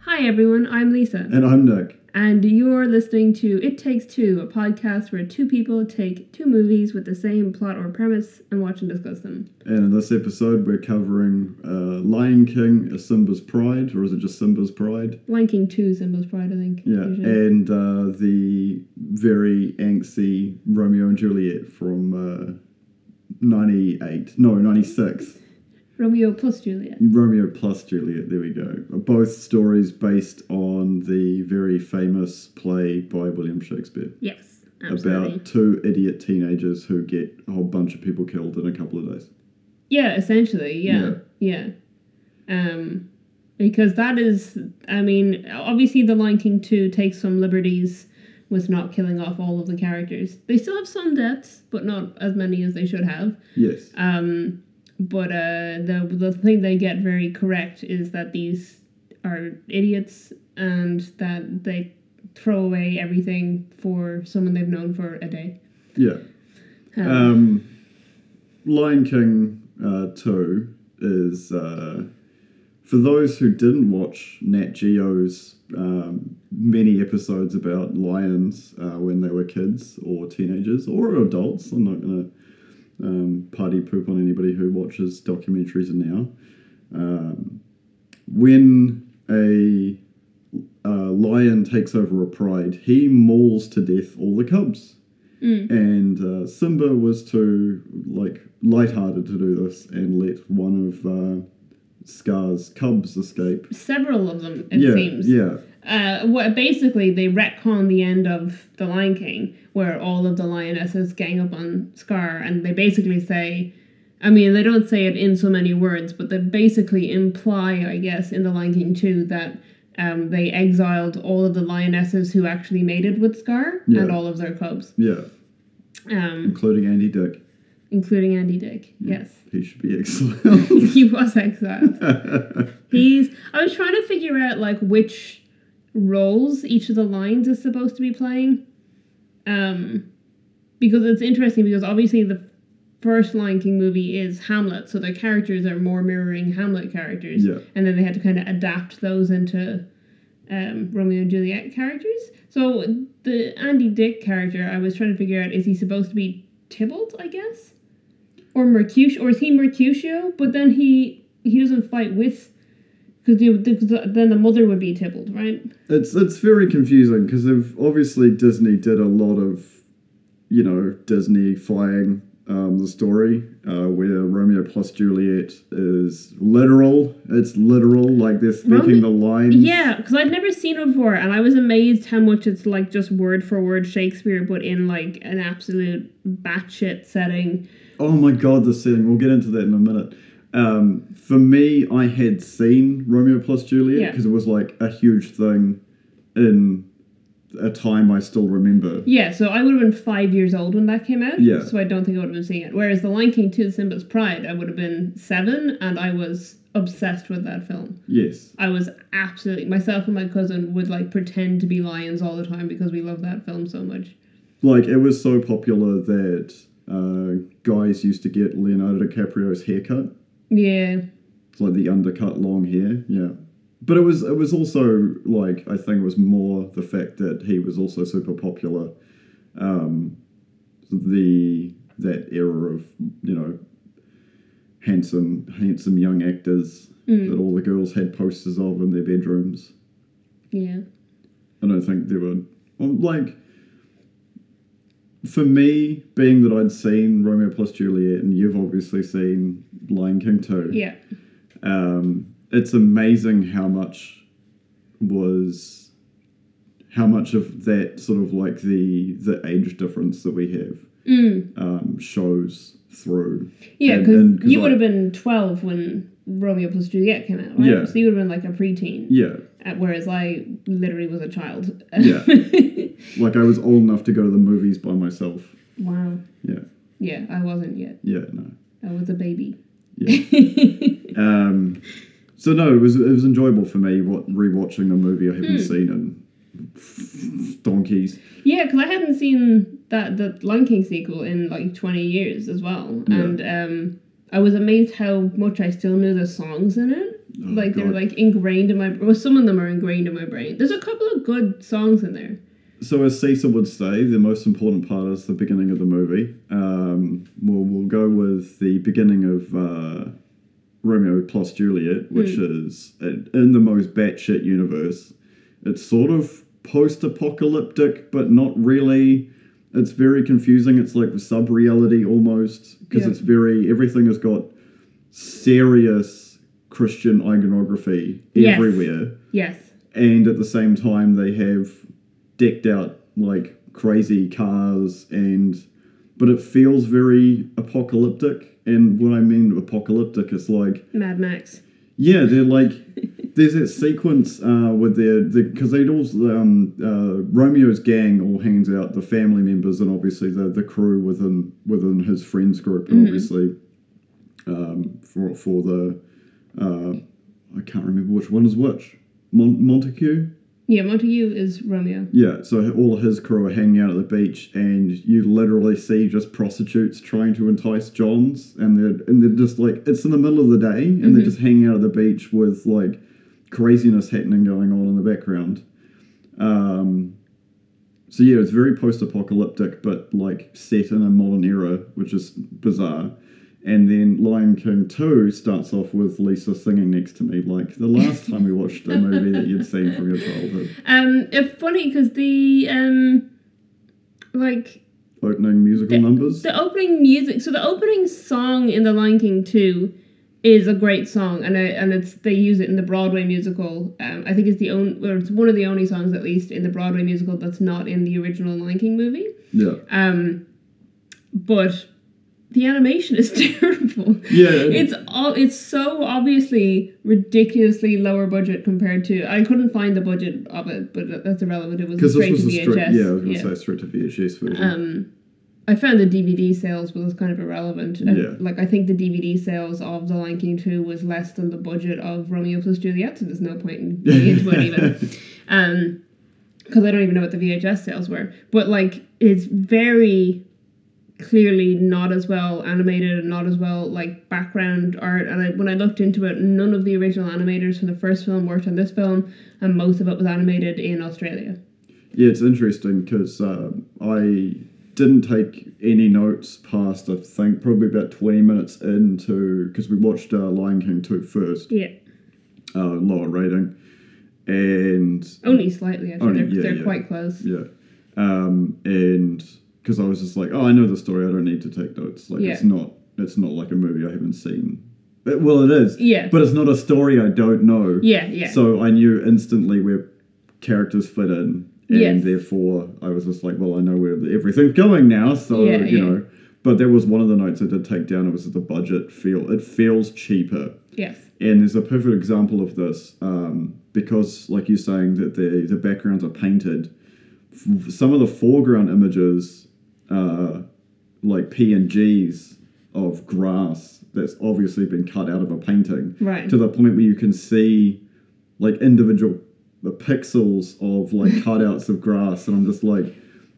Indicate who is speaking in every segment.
Speaker 1: Hi, everyone. I'm Lisa.
Speaker 2: And I'm Nick.
Speaker 1: And you're listening to It Takes Two, a podcast where two people take two movies with the same plot or premise and watch and discuss them.
Speaker 2: And in this episode, we're covering uh, Lion King, A Simba's Pride, or is it just Simba's Pride?
Speaker 1: Lion King 2, Simba's Pride, I think.
Speaker 2: Yeah.
Speaker 1: usually.
Speaker 2: And uh, the very angsty Romeo and Juliet from uh, 98. No, 96.
Speaker 1: Romeo plus Juliet.
Speaker 2: Romeo plus Juliet, there we go. Both stories based on the very famous play by William Shakespeare.
Speaker 1: Yes, absolutely.
Speaker 2: About two idiot teenagers who get a whole bunch of people killed in a couple of days.
Speaker 1: Yeah, essentially. Yeah. Yeah. Um, because that is, I mean, obviously, The Lion King 2 takes some liberties with not killing off all of the characters. They still have some deaths, but not as many as they should have.
Speaker 2: Yes.
Speaker 1: Um, but uh, the the thing they get very correct is that these are idiots and that they throw away everything for someone they've known for a day.
Speaker 2: Yeah.
Speaker 1: Um,
Speaker 2: Um, Lion King uh, 2 is, uh, for those who didn't watch Nat Geo's um, many episodes about lions uh, when they were kids or teenagers or adults, I'm not going to um, party poop on anybody who watches documentaries now. Um, when a, a lion takes over a pride, he mauls to death all the cubs
Speaker 1: mm,
Speaker 2: and uh, Simba was too like lighthearted to do this and let one of uh, Scar's cubs escape.
Speaker 1: several of them, it
Speaker 2: yeah,
Speaker 1: seems.
Speaker 2: yeah,
Speaker 1: Uh, what basically they retcon the end of The Lion King, where all of the lionesses gang up on Scar, and they basically say, I mean, they don't say it in so many words, but they basically imply, I guess, in The Lion King too, that um, they exiled all of the lionesses who actually mated with Scar
Speaker 2: Yeah.
Speaker 1: and all of their cubs,
Speaker 2: yeah,
Speaker 1: um,
Speaker 2: including Andy Dick.
Speaker 1: including Andy Dick. Yes,
Speaker 2: He should be exiled.
Speaker 1: he was exiled. He's. I was trying to figure out like which roles each of the lines is supposed to be playing, um, because it's interesting because obviously the first Lion King movie is Hamlet, so the characters are more mirroring Hamlet characters,
Speaker 2: Yeah.
Speaker 1: and then they had to kind of adapt those into um, Romeo and Juliet characters. So the Andy Dick character, I was trying to figure out is he supposed to be Tybalt, I guess, or Mercutio, or is he Mercutio? But then he he doesn't fight with because then the mother would be Tybalt, right?
Speaker 2: it's it's very confusing because they've obviously Disney did a lot of, you know, Disney-fying um, the story uh, where Romeo plus Juliet is literal. It's literal, like they're
Speaker 1: Rome-
Speaker 2: speaking the lines.
Speaker 1: Yeah, because I'd never seen it before, and I was amazed how much it's like just word for word Shakespeare, but in like an absolute batshit setting.
Speaker 2: Oh my god, the setting. We'll get into that in a minute. Um, for me, I had seen Romeo plus Juliet
Speaker 1: Yeah.
Speaker 2: because it was like a huge thing in a time I still remember.
Speaker 1: Yeah, so I would have been five years old when that came out.
Speaker 2: Yeah.
Speaker 1: So I don't think I would have been seeing it. Whereas The Lion King 2 Simba's Pride, I would have been seven, and I was obsessed with that film.
Speaker 2: Yes.
Speaker 1: I was absolutely myself and my cousin would like pretend to be lions all the time because we love that film so much.
Speaker 2: Like, it was so popular that uh, guys used to get Leonardo DiCaprio's haircut.
Speaker 1: Yeah.
Speaker 2: It's like the undercut long hair. Yeah. But it was it was also like I think it was more the fact that he was also super popular. Um, the that era of you know handsome handsome young actors
Speaker 1: Mm.
Speaker 2: that all the girls had posters of in their bedrooms.
Speaker 1: Yeah.
Speaker 2: I don't think there were well, like for me being that I'd seen Romeo plus Juliet and you've obviously seen Lion King too
Speaker 1: Yeah.
Speaker 2: um, it's amazing how much was how much of that sort of like the the age difference that we have
Speaker 1: Mm.
Speaker 2: um, shows through
Speaker 1: Yeah,
Speaker 2: And-
Speaker 1: because
Speaker 2: and- 'cause
Speaker 1: you
Speaker 2: I-
Speaker 1: would have been 12 when Romeo plus Juliet came out, right?
Speaker 2: Yeah.
Speaker 1: So you would have been like a preteen,
Speaker 2: yeah
Speaker 1: uh, whereas I literally was a child.
Speaker 2: Yeah. like i was old enough to go to the movies by myself
Speaker 1: wow.
Speaker 2: Yeah.
Speaker 1: Yeah, I wasn't yet.
Speaker 2: yeah no
Speaker 1: I was a baby.
Speaker 2: Yeah. um, so no it was it was enjoyable for me what rewatching a movie i haven't
Speaker 1: Hmm.
Speaker 2: seen in donkeys
Speaker 1: Yeah, because I hadn't seen that the Lion King sequel in like twenty years as well,
Speaker 2: Yeah.
Speaker 1: and um, I was amazed how much I still knew the songs in it.
Speaker 2: Oh,
Speaker 1: like they're
Speaker 2: God.
Speaker 1: like ingrained in my. Well, some of them are ingrained in my brain. There's a couple of good songs in there.
Speaker 2: So as Caesar would say, the most important part is the beginning of the movie. Um, we'll, we'll go with the beginning of uh, Romeo plus Juliet, which
Speaker 1: Hmm.
Speaker 2: is in in the most batshit universe. It's sort of post-apocalyptic, but not really. It's very confusing. It's like sub-reality almost because
Speaker 1: Yeah.
Speaker 2: it's very everything has got serious Christian iconography
Speaker 1: Yes.
Speaker 2: everywhere
Speaker 1: Yes.
Speaker 2: and at the same time they have decked out like crazy cars and but it feels very apocalyptic and what i mean apocalyptic is like
Speaker 1: Mad Max.
Speaker 2: yeah they're like there's that sequence uh, with their because they'd all um, uh, romeo's gang all hangs out the family members and obviously the, the crew within within his friends group and
Speaker 1: Mhm.
Speaker 2: obviously um, for, for the uh, i can't remember which one is which Mon- montague
Speaker 1: Yeah, Montague is Romeo.
Speaker 2: yeah, so all of his crew are hanging out at the beach, and you literally see just prostitutes trying to entice Johns, and they're and they're just like it's in the middle of the day, and they're just hanging out at the beach with like craziness happening going on in the background. Um, so yeah, it's very post-apocalyptic, but like set in a modern era, which is bizarre. And then Lion King Two starts off with Lisa singing next to me, like the last time we watched a movie that you'd seen from your childhood.
Speaker 1: Um, it's funny because the um, like
Speaker 2: Opening musical numbers.
Speaker 1: the opening music. So the opening song in The Lion King two is a great song, and I, and it's they use it in the Broadway musical. Um, I think it's the only, or it's one of the only songs at least in the Broadway musical that's not in the original Lion King movie.
Speaker 2: Yeah.
Speaker 1: Um, but the animation is terrible.
Speaker 2: Yeah.
Speaker 1: It's all it's so obviously ridiculously lower budget compared to I couldn't find the budget of it, but that's irrelevant. It was
Speaker 2: because this
Speaker 1: straight
Speaker 2: was
Speaker 1: to
Speaker 2: a
Speaker 1: VHS.
Speaker 2: straight, yeah, I was gonna
Speaker 1: Yeah.
Speaker 2: say straight to VHS version.
Speaker 1: Um, I found the DVD sales, but it's kind of irrelevant. Uh,
Speaker 2: Yeah.
Speaker 1: Like I think the DVD sales of The Lion King two was less than the budget of Romeo plus Juliet, so there's no point in getting into it even. Um, because I don't even know what the VHS sales were, but like it's very clearly not as well animated and not as well like background art. And I, when I looked into it, none of the original animators from the first film worked on this film, and most of it was animated in Australia.
Speaker 2: yeah, it's interesting because um, I didn't take any notes past I think probably about twenty minutes into because we watched uh, Lion King two first,
Speaker 1: Yeah,
Speaker 2: uh, lower rating, and
Speaker 1: only slightly. Actually,
Speaker 2: Only-
Speaker 1: they're,
Speaker 2: yeah,
Speaker 1: they're
Speaker 2: yeah.
Speaker 1: quite close.
Speaker 2: yeah, um, and because I was just like, oh, I know the story, I don't need to take notes. Like it's not, it's not like a movie I haven't seen. Uh, well, it is,
Speaker 1: Yeah.
Speaker 2: but it's not a story I don't know.
Speaker 1: Yeah, yeah.
Speaker 2: So I knew instantly where characters fit in, and
Speaker 1: Yes.
Speaker 2: therefore I was just like, well, I know where everything's going now, so
Speaker 1: Yeah,
Speaker 2: you
Speaker 1: yeah.
Speaker 2: know. But there was one of the notes I did take down. It was that the budget feel it feels cheaper,
Speaker 1: yes.
Speaker 2: and there's a perfect example of this um, because, like you're saying, that the the backgrounds are painted. F- Some of the foreground images, uh, like PNGs of grass that's obviously been cut out of a painting,
Speaker 1: Right.
Speaker 2: to the point where you can see like individual the pixels of like cutouts of grass, and I'm just like,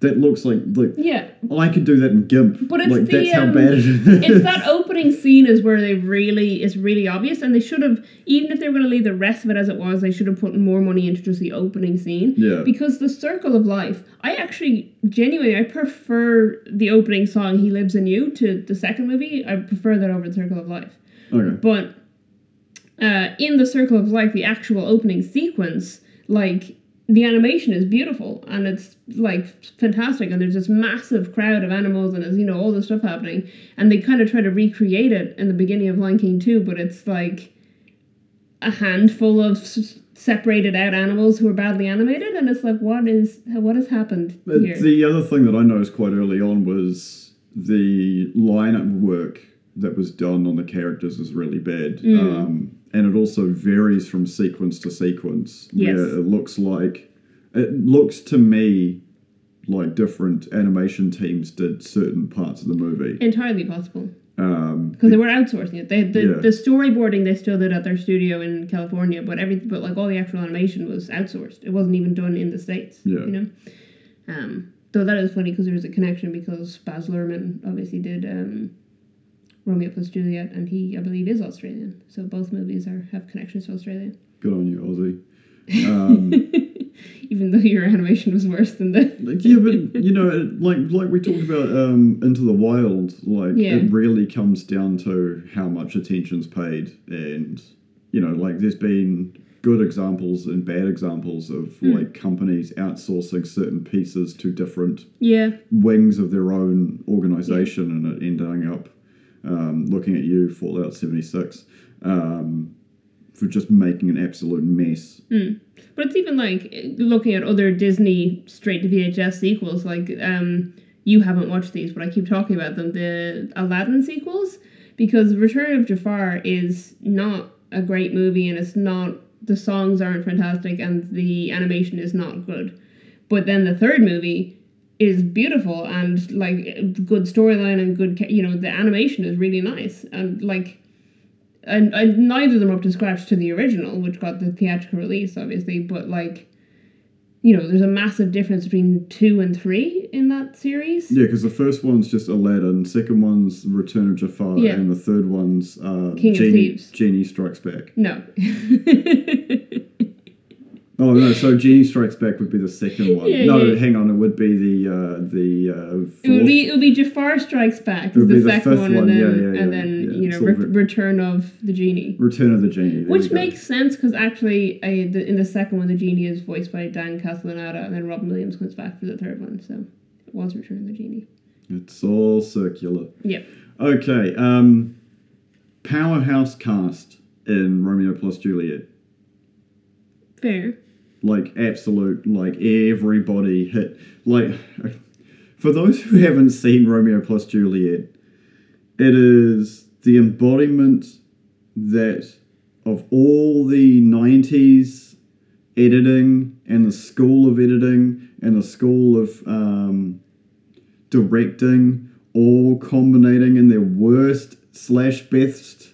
Speaker 2: that looks like like
Speaker 1: yeah.
Speaker 2: I could do that in GIMP.
Speaker 1: But it's
Speaker 2: like
Speaker 1: the,
Speaker 2: that's how
Speaker 1: um,
Speaker 2: bad it is.
Speaker 1: it's that opening scene is where they really it's really obvious and they should have even if they were going to leave the rest of it as it was they should have put more money into just the opening scene
Speaker 2: Yeah.
Speaker 1: because the circle of life i actually genuinely i prefer the opening song he lives in you to the second movie i prefer that over the circle of life
Speaker 2: okay.
Speaker 1: but uh, in the circle of life the actual opening sequence like the animation is beautiful and it's like fantastic and there's this massive crowd of animals and there's you know all this stuff happening and they kind of try to recreate it in the beginning of lion king 2 but it's like a handful of s- separated out animals who are badly animated and it's like what is what has happened
Speaker 2: But
Speaker 1: here
Speaker 2: The other thing that I noticed quite early on was the lineup work that was done on the characters was really bad. Um, and it also varies from sequence to sequence.
Speaker 1: Yes.
Speaker 2: Where it looks like, it looks to me like different animation teams did certain parts of the movie.
Speaker 1: entirely possible
Speaker 2: Um,
Speaker 1: because they were outsourcing it. They, the,
Speaker 2: Yeah.
Speaker 1: the storyboarding they still did at their studio in California, but everything, but like all the actual animation was outsourced. It wasn't even done in the states.
Speaker 2: Yeah.
Speaker 1: you know. Um, though that is funny because there was a connection because Baz Luhrmann obviously did um, Romeo plus Juliet, and he, I believe, is Australian. So both movies are have connections to Australia.
Speaker 2: Good on you, Aussie. Um,
Speaker 1: Even though your animation was worse than the.
Speaker 2: Like, yeah, but you know, it- like like we talked about um, Into the Wild, like
Speaker 1: Yeah.
Speaker 2: it really comes down to how much attention's paid, and you know, like there's been good examples and bad examples of like companies outsourcing certain pieces to different
Speaker 1: Yeah,
Speaker 2: wings of their own organization and it ending up um, looking at you, Fallout seventy six, um, for just making an absolute mess.
Speaker 1: But it's even like looking at other Disney straight to VHS sequels. Like um, you haven't watched these, but I keep talking about them. The Aladdin sequels, because Return of Jafar is not a great movie, and it's not the songs aren't fantastic, and the animation is not good. But then the third movie is beautiful and like good storyline and good ca- you know the animation is really nice and like and, and neither of them up to scratch to the original, which got the theatrical release, obviously. But like, you know, there's a massive difference between two and three in that series.
Speaker 2: Yeah, because the first one's just Aladdin, second one's Return of Jafar,
Speaker 1: Yeah.
Speaker 2: and the third one's uh,
Speaker 1: King of
Speaker 2: Genie,
Speaker 1: Thieves.
Speaker 2: Genie Strikes Back.
Speaker 1: No.
Speaker 2: Oh no, so Genie Strikes Back would be the second one.
Speaker 1: Yeah,
Speaker 2: no,
Speaker 1: yeah.
Speaker 2: hang on, it would be the uh, the uh,
Speaker 1: It would
Speaker 2: fourth-
Speaker 1: be it would be Jafar Strikes Back
Speaker 2: It would
Speaker 1: is the,
Speaker 2: be the
Speaker 1: second
Speaker 2: fifth
Speaker 1: one, and
Speaker 2: one,
Speaker 1: then
Speaker 2: yeah, yeah,
Speaker 1: and
Speaker 2: yeah,
Speaker 1: then
Speaker 2: yeah,
Speaker 1: you know
Speaker 2: it's all
Speaker 1: re-
Speaker 2: the-
Speaker 1: Return of the Genie,
Speaker 2: Return of the Genie, there you
Speaker 1: which
Speaker 2: go.
Speaker 1: makes sense because actually uh, the, in the second one the Genie is voiced by Dan Castellaneta, and then Robin Williams comes back for the third one, so it was Return of the Genie.
Speaker 2: it's all circular.
Speaker 1: Yep.
Speaker 2: Okay, um, powerhouse cast in Romeo plus Juliet,
Speaker 1: Fair.
Speaker 2: like absolute, like everybody hit, like for those who haven't seen Romeo plus Juliet, it is the embodiment that of all the 90s editing and the school of editing and the school of um, directing all combinating in their worst slash best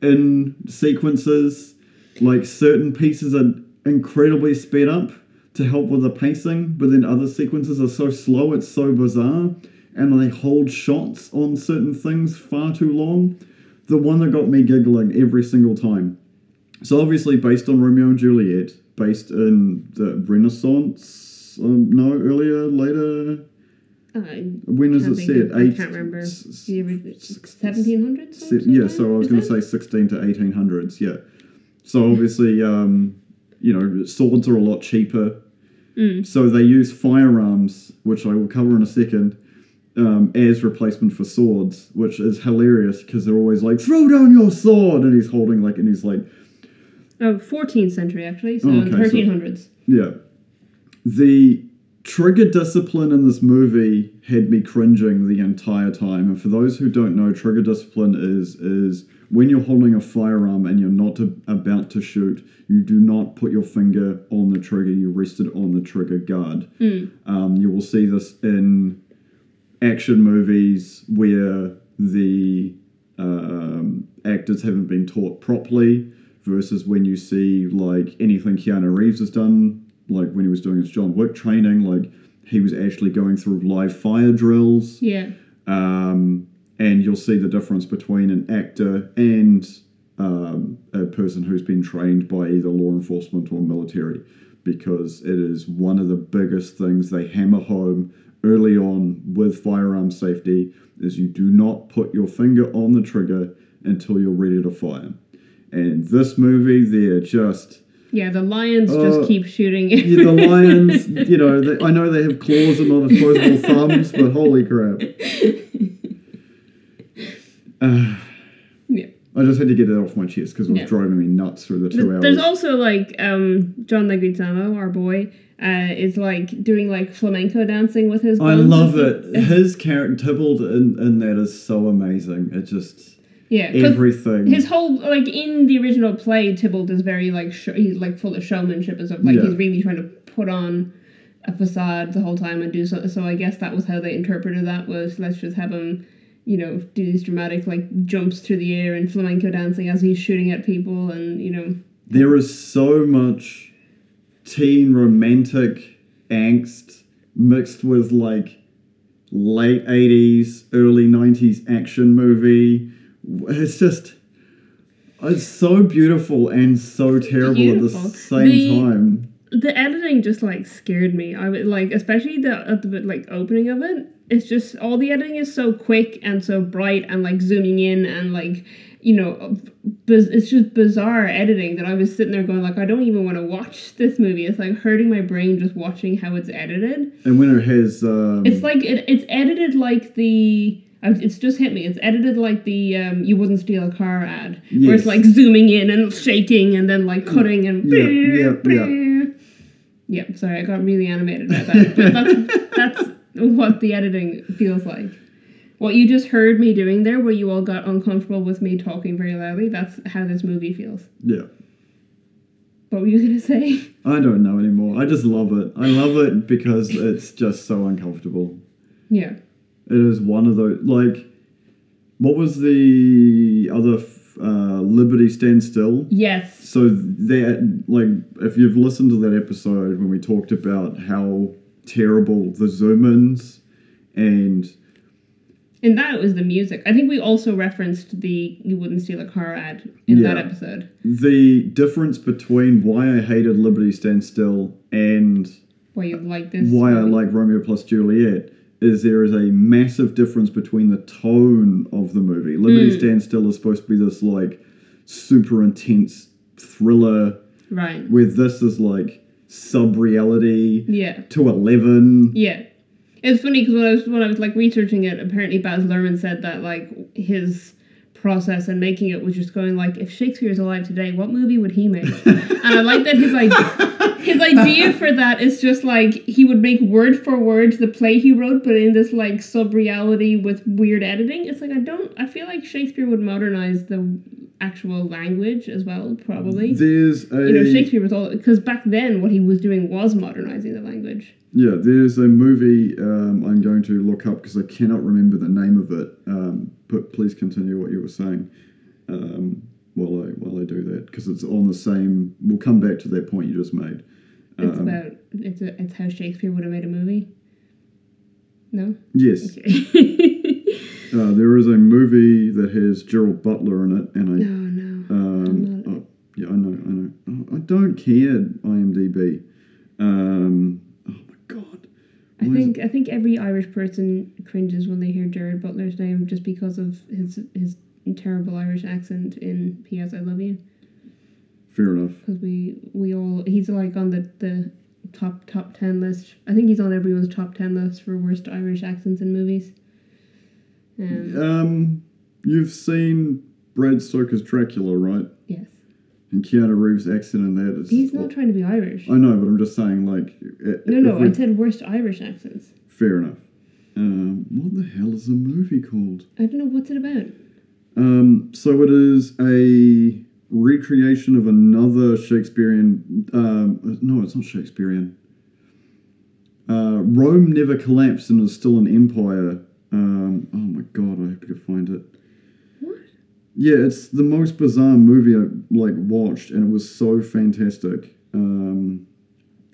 Speaker 2: in sequences like certain pieces are incredibly sped up to help with the pacing but then other sequences are so slow it's so bizarre and they hold shots on certain things far too long the one that got me giggling every single time so obviously based on romeo and juliet based in the renaissance um, no earlier later
Speaker 1: Uh,
Speaker 2: when is
Speaker 1: Can't
Speaker 2: it
Speaker 1: think
Speaker 2: set
Speaker 1: of- I can't remember.
Speaker 2: s-
Speaker 1: Seventeen hundreds.
Speaker 2: Se- yeah, so I was going to say 16 to 1800s, yeah. So obviously, um, you know, swords are a lot cheaper.
Speaker 1: Mm.
Speaker 2: So they use firearms, which I will cover in a second, um, as replacement for swords, which is hilarious because they're always like, throw down your sword! And he's holding, like, and he's like,
Speaker 1: Oh, 14th century actually. So
Speaker 2: Oh,
Speaker 1: in
Speaker 2: okay, so-
Speaker 1: 1300s.
Speaker 2: Yeah. The trigger discipline in this movie had me cringing the entire time. And for those who don't know, trigger discipline is is when you're holding a firearm and you're not to, about to shoot, you do not put your finger on the trigger. You rest it on the trigger guard. Um, you will see this in action movies where the um, actors haven't been taught properly versus when you see like anything Keanu Reeves has done, like when he was doing his John Wick training, like he was actually going through live fire drills.
Speaker 1: Yeah.
Speaker 2: Um, and you'll see the difference between an actor and um, a person who's been trained by either law enforcement or military because it is one of the biggest things they hammer home early on with firearm safety is you do not put your finger on the trigger until you're ready to fire and this movie they're just
Speaker 1: Yeah, the lions
Speaker 2: Uh,
Speaker 1: just keep shooting.
Speaker 2: yeah, the lions you know they, i know they have claws and not opposable thumbs but holy crap Ah.
Speaker 1: Yeah.
Speaker 2: I just had to get it off my chest because it was
Speaker 1: Yeah.
Speaker 2: driving me nuts through the two
Speaker 1: Th-
Speaker 2: hours.
Speaker 1: There's also like um, John Leguizamo, our boy, uh, is like doing like flamenco dancing with his.
Speaker 2: I
Speaker 1: bones.
Speaker 2: love it. His character Tybalt in, in that is so amazing. It just
Speaker 1: Yeah, 'cause
Speaker 2: everything.
Speaker 1: his whole like in the original play, Tybalt is very like sh- he's like full of showmanship as of like
Speaker 2: Yeah.
Speaker 1: he's really trying to put on a facade the whole time and do so. So I guess that was how they interpreted that was let's just have him, you know, do these dramatic like jumps through the air and flamenco dancing as he's shooting at people and you know
Speaker 2: there is so much teen romantic angst mixed with like late 80s early 90s action movie It's just. It's so beautiful and so terrible
Speaker 1: Beautiful.
Speaker 2: at the same
Speaker 1: The-
Speaker 2: time.
Speaker 1: the editing just like scared me. I would like, especially the at the like opening of it. It's just all the editing is so quick and so bright and like zooming in and like you know, uh, biz- it's just bizarre editing that I was sitting there going like, I don't even want to watch this movie. It's like hurting my brain just watching how it's edited.
Speaker 2: And when it has. Um,
Speaker 1: It's like it, it's edited like the. I- It's just hit me. It's edited like the um, "You Wouldn't Steal a Car" ad, where
Speaker 2: Yes.
Speaker 1: it's like zooming in and shaking, and then like cutting and.
Speaker 2: Yeah, yeah,
Speaker 1: yeah. sorry, I got really animated about that. But that's that's what the editing feels like. What you just heard me doing there, where you all got uncomfortable with me talking very loudly, that's how this movie feels.
Speaker 2: yeah.
Speaker 1: What were you gonna say?
Speaker 2: I don't know anymore. I just love it. I love it because it's just so uncomfortable.
Speaker 1: Yeah,
Speaker 2: It is one of those. Like, what was the other f- uh, Liberty Stand Still?
Speaker 1: yes,
Speaker 2: So that, like, if you've listened to that episode when we talked about how terrible the zoom-ins and
Speaker 1: In that, it was the music. I think we also referenced the "You Wouldn't Steal a Car" ad in that
Speaker 2: Yeah.
Speaker 1: episode.
Speaker 2: the difference between why I hated Liberty Stand Still and
Speaker 1: Why you like this?
Speaker 2: why I
Speaker 1: movie.
Speaker 2: like Romeo plus Juliet is there is a massive difference between the tone of the movie. Liberty
Speaker 1: Mm.
Speaker 2: Stand Still is supposed to be this like super intense thriller
Speaker 1: right.
Speaker 2: where this is like sub reality
Speaker 1: Yeah,
Speaker 2: to eleven.
Speaker 1: yeah. It's funny because when I was when I was like researching it, apparently Baz Luhrmann said that like his process and making it was just going like, if Shakespeare is alive today, what movie would he make? and I like that his idea his idea for that is just like he would make word for word the play he wrote, but in this like sub reality with weird editing. It's like I don't. I feel like Shakespeare would modernize the actual language as well, probably.
Speaker 2: There's a
Speaker 1: you know, Shakespeare was all because back then what he was doing was modernizing the language.
Speaker 2: yeah, there's a movie um, I'm going to look up because I cannot remember the name of it. Um, but please continue what you were saying um, while I while I do that because it's on the same. We'll come back to that point you just made. Um,
Speaker 1: It's about it's a, it's how Shakespeare would have made a movie. No.
Speaker 2: Yes, uh, there is a movie that has Gerald Butler in it, and I
Speaker 1: no, no.
Speaker 2: Um, oh, yeah, I know, I know. Oh, I don't care, IMDb. Um, oh my god.
Speaker 1: I
Speaker 2: Why is
Speaker 1: think I think every Irish person cringes when they hear Jared Butler's name just because of his his terrible Irish accent in P.S. I Love You.
Speaker 2: it- Fair enough.
Speaker 1: Because we we all he's like on the the top top ten list. I think he's on everyone's top ten list for worst Irish accents in movies. Um,
Speaker 2: Um, you've seen Brad Stoker's Dracula, right?
Speaker 1: yes,
Speaker 2: And Keanu Reeves' accent in that is.
Speaker 1: he's not trying to be Irish.
Speaker 2: I know, but I'm just saying, like. i-
Speaker 1: No,
Speaker 2: uh, if
Speaker 1: no,
Speaker 2: we-
Speaker 1: I said worst Irish accents.
Speaker 2: Fair enough. Um, what the hell is the movie called?
Speaker 1: I don't know what's it about.
Speaker 2: Um, so it is a recreation of another Shakespearean. Um, no, it's not Shakespearean. Uh, Rome never collapsed and is still an empire. Um, oh my god, I have to go find it.
Speaker 1: What?
Speaker 2: Yeah, it's the most bizarre movie I like watched, and it was so fantastic. Um,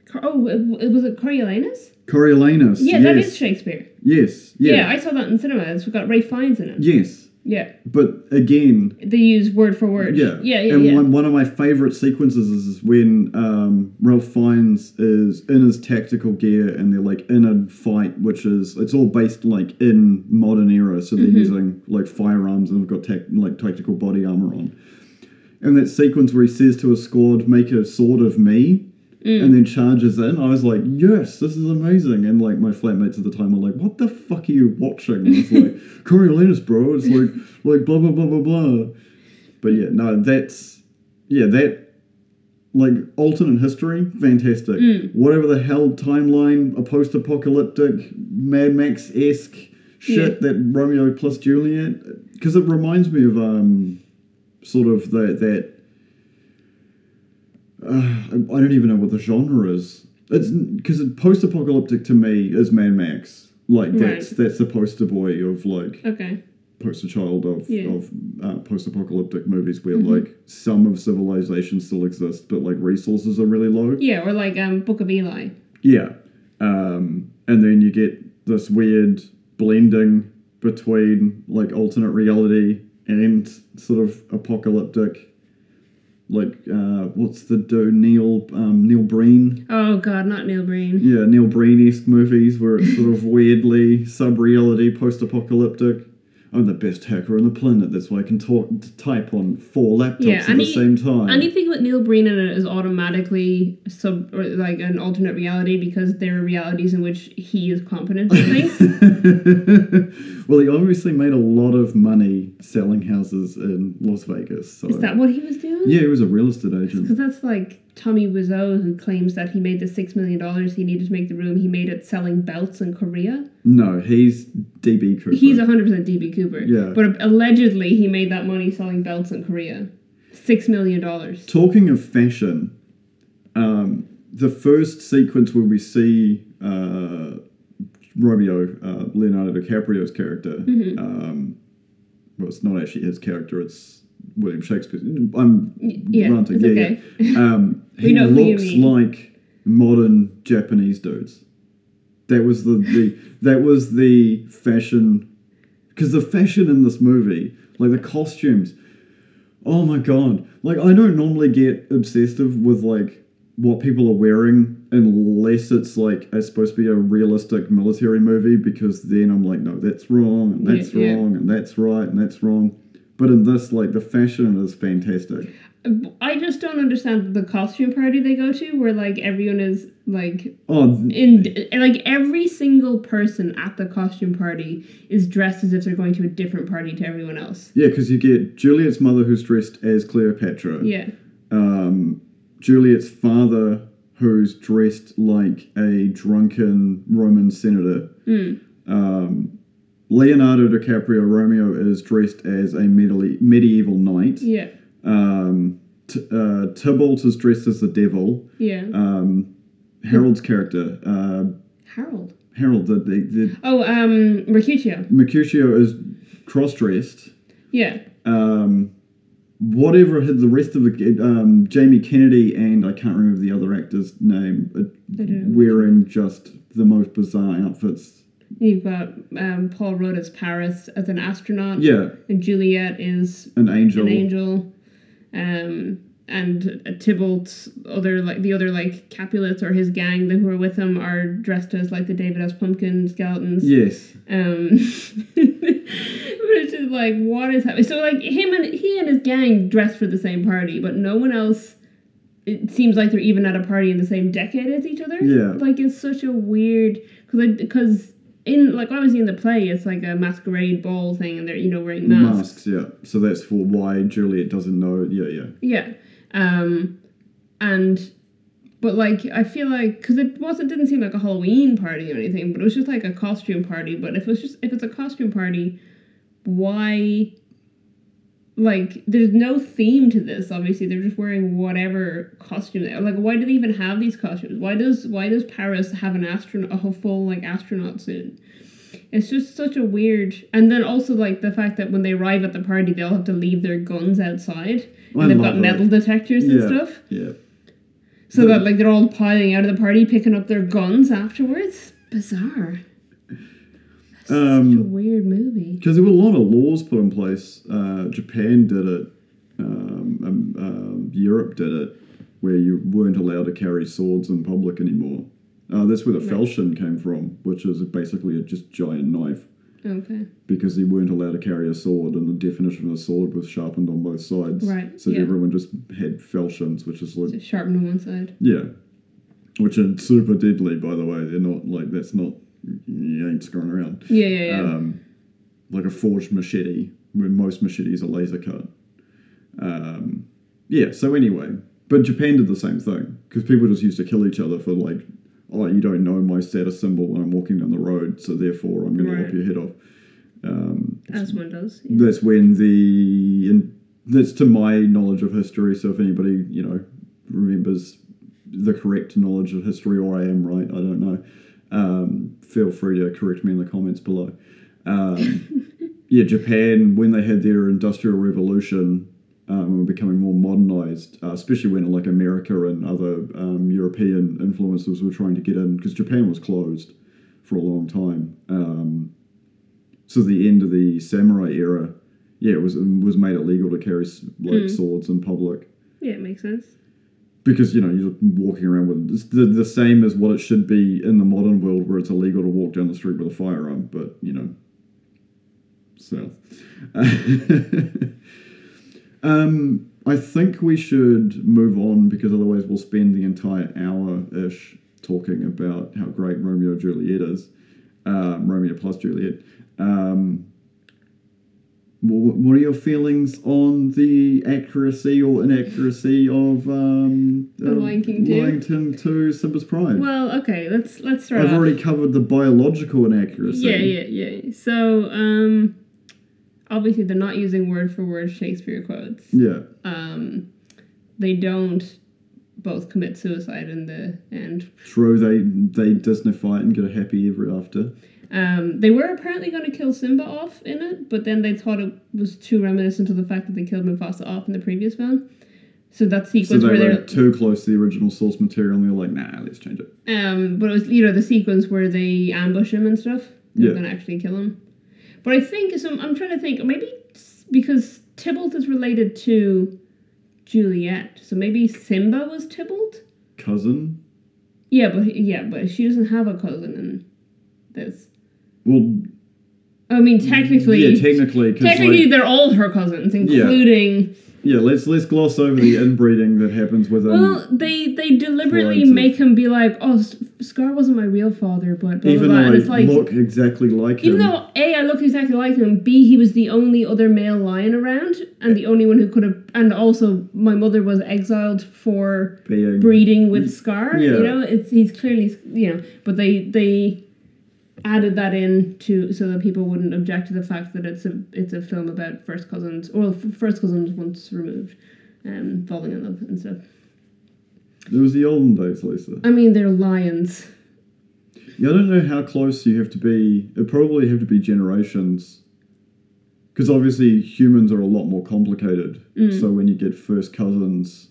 Speaker 1: Car- oh, it- it- was it Coriolanus?
Speaker 2: Coriolanus.
Speaker 1: Yeah,
Speaker 2: yes,
Speaker 1: that is Shakespeare.
Speaker 2: Yes.
Speaker 1: Yeah.
Speaker 2: Yeah.
Speaker 1: I saw that in cinemas. We got Ray Fiennes in it.
Speaker 2: Yes,
Speaker 1: Yeah,
Speaker 2: but again,
Speaker 1: they use word for word.
Speaker 2: Yeah,
Speaker 1: yeah, yeah.
Speaker 2: and
Speaker 1: yeah.
Speaker 2: One, one of my favorite sequences is when um, Ralph Fiennes is in his tactical gear and they're like in a fight, which is it's all based like in modern era, so
Speaker 1: Mm-hmm.
Speaker 2: they're using like firearms and they've got tac- like tactical body armor on. And that sequence where he says to his squad, "Make a sword of me."
Speaker 1: Mm.
Speaker 2: And then charges in. I was like, "Yes, this is amazing!" And like my flatmates at the time were like, "What the fuck are you watching?" And it's like Coriolanus, bro. It's like like blah blah blah blah blah. But yeah, no, that's yeah, that like alternate history, fantastic. Whatever the hell timeline, a post-apocalyptic Mad Max esque shit that Romeo plus Juliet, because it reminds me of um, sort of that that. Uh, I I don't even know what the genre is. It's because post-apocalyptic to me is Mad Max. Like
Speaker 1: Right.
Speaker 2: that's that's the poster boy of like
Speaker 1: Okay.
Speaker 2: poster child of
Speaker 1: Yeah.
Speaker 2: of uh, post apocalyptic movies where like some of civilization still exists, but like resources are really low.
Speaker 1: Yeah, or like um, Book of Eli.
Speaker 2: Yeah, um, and then you get this weird blending between like alternate reality and sort of apocalyptic. Like uh, what's the do Neil um, Neil Breen?
Speaker 1: Oh god, not Neil Breen.
Speaker 2: Yeah, Neil Breen esque movies where it's sort of weirdly sub reality, post apocalyptic. I'm the best hacker on the planet. That's why I can talk type on four laptops
Speaker 1: Yeah,
Speaker 2: at
Speaker 1: any-
Speaker 2: the same time.
Speaker 1: Anything with Neil Breen in it is automatically sub or like an alternate reality because there are realities in which he is competent in things.
Speaker 2: well, he obviously made a lot of money selling houses in Las Vegas. So
Speaker 1: is that what he was doing?
Speaker 2: yeah, he was a real estate agent.
Speaker 1: Because that's like Tommy Wiseau, who claims that he made the six million dollars he needed to make the room. He made it selling belts in Korea.
Speaker 2: No, he's DB Cooper.
Speaker 1: He's hundred percent DB Cooper.
Speaker 2: Yeah.
Speaker 1: But allegedly, he made that money selling belts in Korea. Six million dollars.
Speaker 2: Talking of fashion, um, the first sequence where we see uh, Romeo, uh, Leonardo DiCaprio's character, um, well, it's not actually his character, it's William Shakespeare. I'm
Speaker 1: Y- Yeah,
Speaker 2: ranting,
Speaker 1: it's
Speaker 2: yeah,
Speaker 1: okay.
Speaker 2: yeah. Um,
Speaker 1: We
Speaker 2: he
Speaker 1: know who you
Speaker 2: looks
Speaker 1: mean.
Speaker 2: like modern Japanese dudes. That was the, the that was the fashion because the fashion in this movie, like the costumes, oh my god! Like I don't normally get obsessive with like what people are wearing unless it's like it's supposed to be a realistic military movie because then I'm like, no, that's wrong and
Speaker 1: Yeah,
Speaker 2: that's
Speaker 1: yeah.
Speaker 2: wrong and that's right and that's wrong. But in this, like the fashion is fantastic.
Speaker 1: I just don't understand the costume party they go to, where like everyone is like
Speaker 2: Oh, th-
Speaker 1: in like every single person at the costume party is dressed as if they're going to a different party to everyone else.
Speaker 2: yeah, because you get Juliet's mother who's dressed as Cleopatra.
Speaker 1: Yeah,
Speaker 2: um, Juliet's father, who's dressed like a drunken Roman senator.
Speaker 1: Mm.
Speaker 2: Um, Leonardo DiCaprio Romeo is dressed as a medieval, medieval knight.
Speaker 1: yeah,
Speaker 2: Um, T- uh, Tybalt is dressed as the devil.
Speaker 1: yeah.
Speaker 2: Um, Harold's character, uh,
Speaker 1: Harold.
Speaker 2: Harold the, the, the
Speaker 1: Oh, um, Mercutio.
Speaker 2: Mercutio is cross-dressed.
Speaker 1: Yeah,
Speaker 2: um, whatever had the rest of the um, Jamie Kennedy and I can't remember the other actor's name uh,
Speaker 1: I don't know.
Speaker 2: wearing just the most bizarre outfits.
Speaker 1: You've got um, Paul Rudd as Paris as an astronaut,
Speaker 2: Yeah,
Speaker 1: and Juliet is
Speaker 2: an angel.
Speaker 1: an angel, um, and uh, Tybalt's other like the other like Capulets or his gang that who are with him are dressed as like the David S. Pumpkin skeletons.
Speaker 2: Yes,
Speaker 1: Um, which is like what is happening? So like him and he and his gang dress for the same party, but no one else. It seems like they're even at a party in the same decade as each other.
Speaker 2: Yeah.
Speaker 1: like it's such a weird because because in like obviously in the play it's like a masquerade ball thing and they're you know wearing masks.
Speaker 2: masks. Yeah, so that's for why Juliet doesn't know. Yeah, yeah.
Speaker 1: Yeah. Um, and but like I feel like because it was it didn't seem like a Halloween party or anything, but it was just like a costume party. But if it's just if it's a costume party, why? Like there's no theme to this. Obviously, they're just wearing whatever costume they like. Why do they even have these costumes? Why does why does Paris have an astronaut a full like astronaut suit? It's just such a weird, and then also like the fact that when they arrive at the party, they all have to leave their guns outside, and
Speaker 2: I
Speaker 1: they've
Speaker 2: love
Speaker 1: got
Speaker 2: it.
Speaker 1: metal detectors and
Speaker 2: Yeah.
Speaker 1: stuff.
Speaker 2: Yeah,
Speaker 1: So
Speaker 2: The-
Speaker 1: that like they're all piling out of the party, picking up their guns afterwards. Bizarre. That's such a
Speaker 2: Um,
Speaker 1: weird movie.
Speaker 2: because there were a lot of laws put in place. Uh, Japan did it. Um, um, um, Europe did it, where you weren't allowed to carry swords in public anymore. Uh, that's where the
Speaker 1: Right.
Speaker 2: falchion came from, which is basically a just giant knife.
Speaker 1: Okay.
Speaker 2: because they weren't allowed to carry a sword, and the definition of a sword was sharpened on both sides.
Speaker 1: Right,
Speaker 2: So
Speaker 1: yeah.
Speaker 2: everyone just had falchions, which is like,
Speaker 1: Just sharpen on one side.
Speaker 2: yeah, which are super deadly, by the way. They're not like that's not you ain't screwing around.
Speaker 1: Yeah, yeah, yeah.
Speaker 2: Um, like a forged machete, where most machetes are laser cut. Um, yeah. So anyway, but Japan did the same thing because people just used to kill each other for like. Oh, you don't know my status symbol when I'm walking down the road, so therefore I'm going to
Speaker 1: Right.
Speaker 2: rip your head off. Um,
Speaker 1: As one does. yeah.
Speaker 2: that's when the and that's to my knowledge of history so if anybody you know remembers the correct knowledge of history or i am right i don't know um, feel free to correct me in the comments below um, yeah japan when they had their industrial revolution um, were becoming more modernized uh, especially when like america and other um, european influences were trying to get in because japan was closed for a long time um, so the end of the samurai era, yeah, it was it was made illegal to carry s- like
Speaker 1: Mm.
Speaker 2: swords in public
Speaker 1: Yeah, it makes sense.
Speaker 2: because you know you're walking around with it's the, the same as what it should be in the modern world where it's illegal to walk down the street with a firearm but you know so um i think we should move on because otherwise we'll spend the entire hour ish talking about how great romeo and juliet is um, romeo plus juliet um wh- what are your feelings on the accuracy or inaccuracy of um,
Speaker 1: The
Speaker 2: um,
Speaker 1: Lion King two?
Speaker 2: Lion King 2 Simba's Pride?
Speaker 1: Well, okay, let's let's start
Speaker 2: I've
Speaker 1: off.
Speaker 2: already covered the biological inaccuracy.
Speaker 1: Yeah, yeah, yeah. So, um, obviously, they're not using word for word Shakespeare quotes.
Speaker 2: Yeah,
Speaker 1: Um, they don't both commit suicide in the end.
Speaker 2: true. They they Disneyfy it and get a happy ever after.
Speaker 1: Um, they were apparently going to kill Simba off in it, but then they thought it was too reminiscent of the fact that they killed Mufasa off in the previous film. So that
Speaker 2: So
Speaker 1: sequence
Speaker 2: they
Speaker 1: where
Speaker 2: were
Speaker 1: they're
Speaker 2: too close to the original source material, and they're like, "Nah, let's change it."
Speaker 1: Um, but it was you know the sequence where they ambush him and stuff. They're
Speaker 2: Yeah.
Speaker 1: gonna actually kill him. But I think some I'm trying to think maybe s- because Tybalt is related to Juliet, so maybe Simba was Tybalt.
Speaker 2: Cousin.
Speaker 1: Yeah, but yeah, but she doesn't have a cousin in this.
Speaker 2: Well,
Speaker 1: I mean, technically,
Speaker 2: Mm, yeah, technically, 'cause,
Speaker 1: technically
Speaker 2: like,
Speaker 1: they're all her cousins, including.
Speaker 2: yeah. Let's let's gloss over the inbreeding that happens within.
Speaker 1: Well, they they deliberately
Speaker 2: Loads of-
Speaker 1: make him be like, oh, S- Scar wasn't my real father, but blah, blah,
Speaker 2: even
Speaker 1: blah.
Speaker 2: though
Speaker 1: and
Speaker 2: I
Speaker 1: it's like
Speaker 2: look exactly like him,
Speaker 1: Even though A, I looked exactly like him, B, he was the only other male lion around, and the only one who could have. And also, my mother was exiled for
Speaker 2: being
Speaker 1: breeding with Scar.
Speaker 2: Yeah.
Speaker 1: You know, it's he's clearly you know, but they they added that in to so that people wouldn't object to the fact that it's a it's a film about first cousins or f- first cousins once removed, um, falling in love and stuff.
Speaker 2: it was the olden days, Lisa.
Speaker 1: I mean, they're lions.
Speaker 2: Yeah, I don't know how close you have to be. It probably have to be generations, because obviously humans are a lot more complicated.
Speaker 1: Mm.
Speaker 2: So when you get first cousins,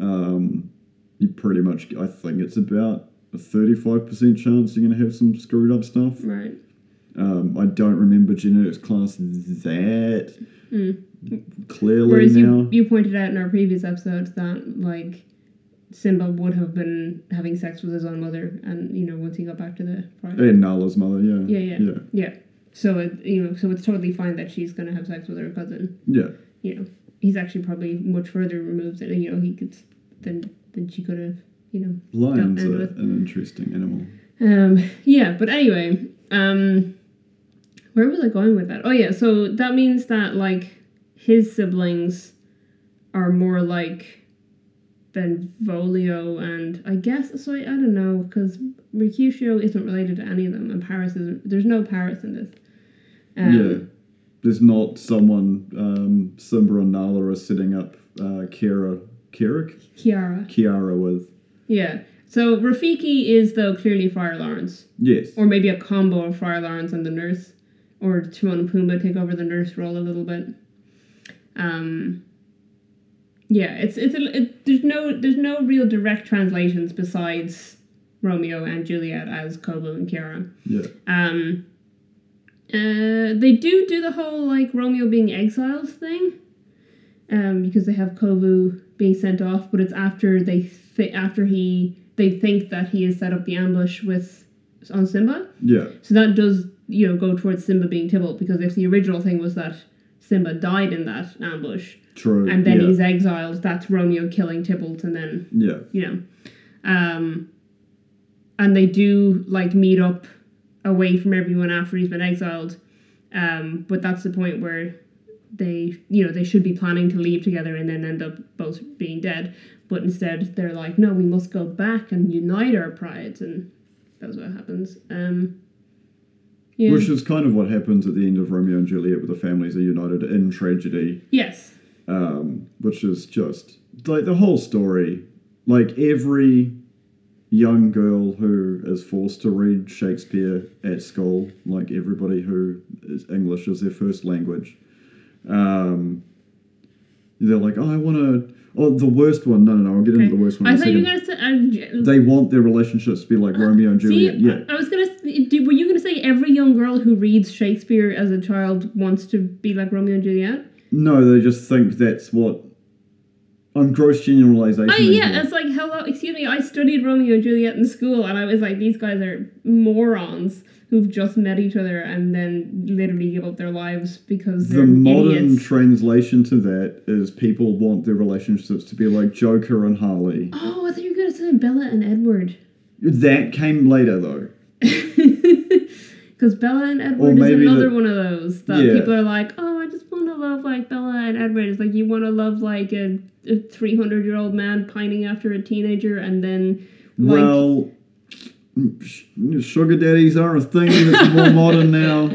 Speaker 2: um, you pretty much. I think it's about a thirty-five percent chance you're going to have some screwed up stuff.
Speaker 1: Right.
Speaker 2: Um, I don't remember genetics class that
Speaker 1: Mm.
Speaker 2: clearly
Speaker 1: Whereas
Speaker 2: now.
Speaker 1: you, you pointed out in our previous episode that like Simba would have been having sex with his own mother, and you know once he got back to the pride.
Speaker 2: and Eh, Nala's mother, yeah,
Speaker 1: Yeah, yeah,
Speaker 2: yeah,
Speaker 1: yeah. So it, you know, so it's totally fine that she's gonna have sex with her cousin.
Speaker 2: yeah.
Speaker 1: You know, he's actually probably much further removed than you know he could than than she could have. You know.
Speaker 2: Lions
Speaker 1: end
Speaker 2: are
Speaker 1: with-
Speaker 2: an interesting animal.
Speaker 1: Um, yeah, but anyway, um, where was I going with that? Oh yeah, so that means that like his siblings are more like Benvolio and I guess so. I, I don't know because Mercutio isn't related to any of them, and Paris isn't. There's no Paris in this. Um,
Speaker 2: yeah, there's not someone um, Simba and Nala are setting up uh, Kira, Kira,
Speaker 1: Kiara.
Speaker 2: Kiara with.
Speaker 1: Yeah. So Rafiki is though clearly Friar Lawrence.
Speaker 2: Yes,
Speaker 1: Or maybe a combo of Friar Lawrence and the nurse, or Timon and Pumbaa take over the nurse role a little bit. Um, yeah, it's it's a, it, there's no there's no real direct translations besides Romeo and Juliet as Kobo and Kiara.
Speaker 2: yeah,
Speaker 1: Um, uh, they do do the whole like Romeo being exiled thing, um, because they have Kovu being sent off, but it's after they thi after he they think that he has set up the ambush with on Simba,
Speaker 2: yeah,
Speaker 1: so that does you know go towards Simba being Tybalt because if the original thing was that Simba died in that ambush
Speaker 2: true.
Speaker 1: and then
Speaker 2: yeah.
Speaker 1: he's exiled, that's Romeo killing Tybalt and then
Speaker 2: yeah,
Speaker 1: you know. Um, and they do like meet up away from everyone after he's been exiled. Um, but that's the point where they, you know, they should be planning to leave together and then end up both being dead. But instead, they're like, no, we must go back and unite our prides, and that's what happens. Um, yeah.
Speaker 2: which is kind of what happens at the end of Romeo and Juliet, where the families are united in tragedy,
Speaker 1: yes.
Speaker 2: um, which is just like the whole story. Like every young girl who is forced to read Shakespeare at school, like everybody who is English is their first language, um, they're like, oh, I want to, Oh, the worst one. No, no, no. I'll get
Speaker 1: Okay.
Speaker 2: into the worst one. in
Speaker 1: I
Speaker 2: a
Speaker 1: thought you were
Speaker 2: second.
Speaker 1: gonna say. I,
Speaker 2: They want their relationships to be like Romeo and
Speaker 1: see,
Speaker 2: Juliet. yeah.
Speaker 1: I was gonna. s- Did, were you gonna say every young girl who reads Shakespeare as a child wants to be like Romeo and Juliet?
Speaker 2: No, they just think that's what. I'm gross generalization.
Speaker 1: I, Oh, yeah, it's like hello. Excuse me. I studied Romeo and Juliet in school, and I was like, these guys are morons who've just met each other and then literally give up their lives because
Speaker 2: the
Speaker 1: they're
Speaker 2: modern
Speaker 1: idiots.
Speaker 2: translation to that is people want their relationships to be like Joker and Harley.
Speaker 1: Oh, I thought you were gonna say Bella and Edward.
Speaker 2: That came later though.
Speaker 1: Because Bella and Edward is
Speaker 2: maybe the-
Speaker 1: another one of those that
Speaker 2: Yeah.
Speaker 1: people are like, oh, I just want to love like Bella and Edward. It's like you want to love like a three hundred year old man pining after a teenager, and then like
Speaker 2: well, sh- sugar daddies are a thing that's more modern now.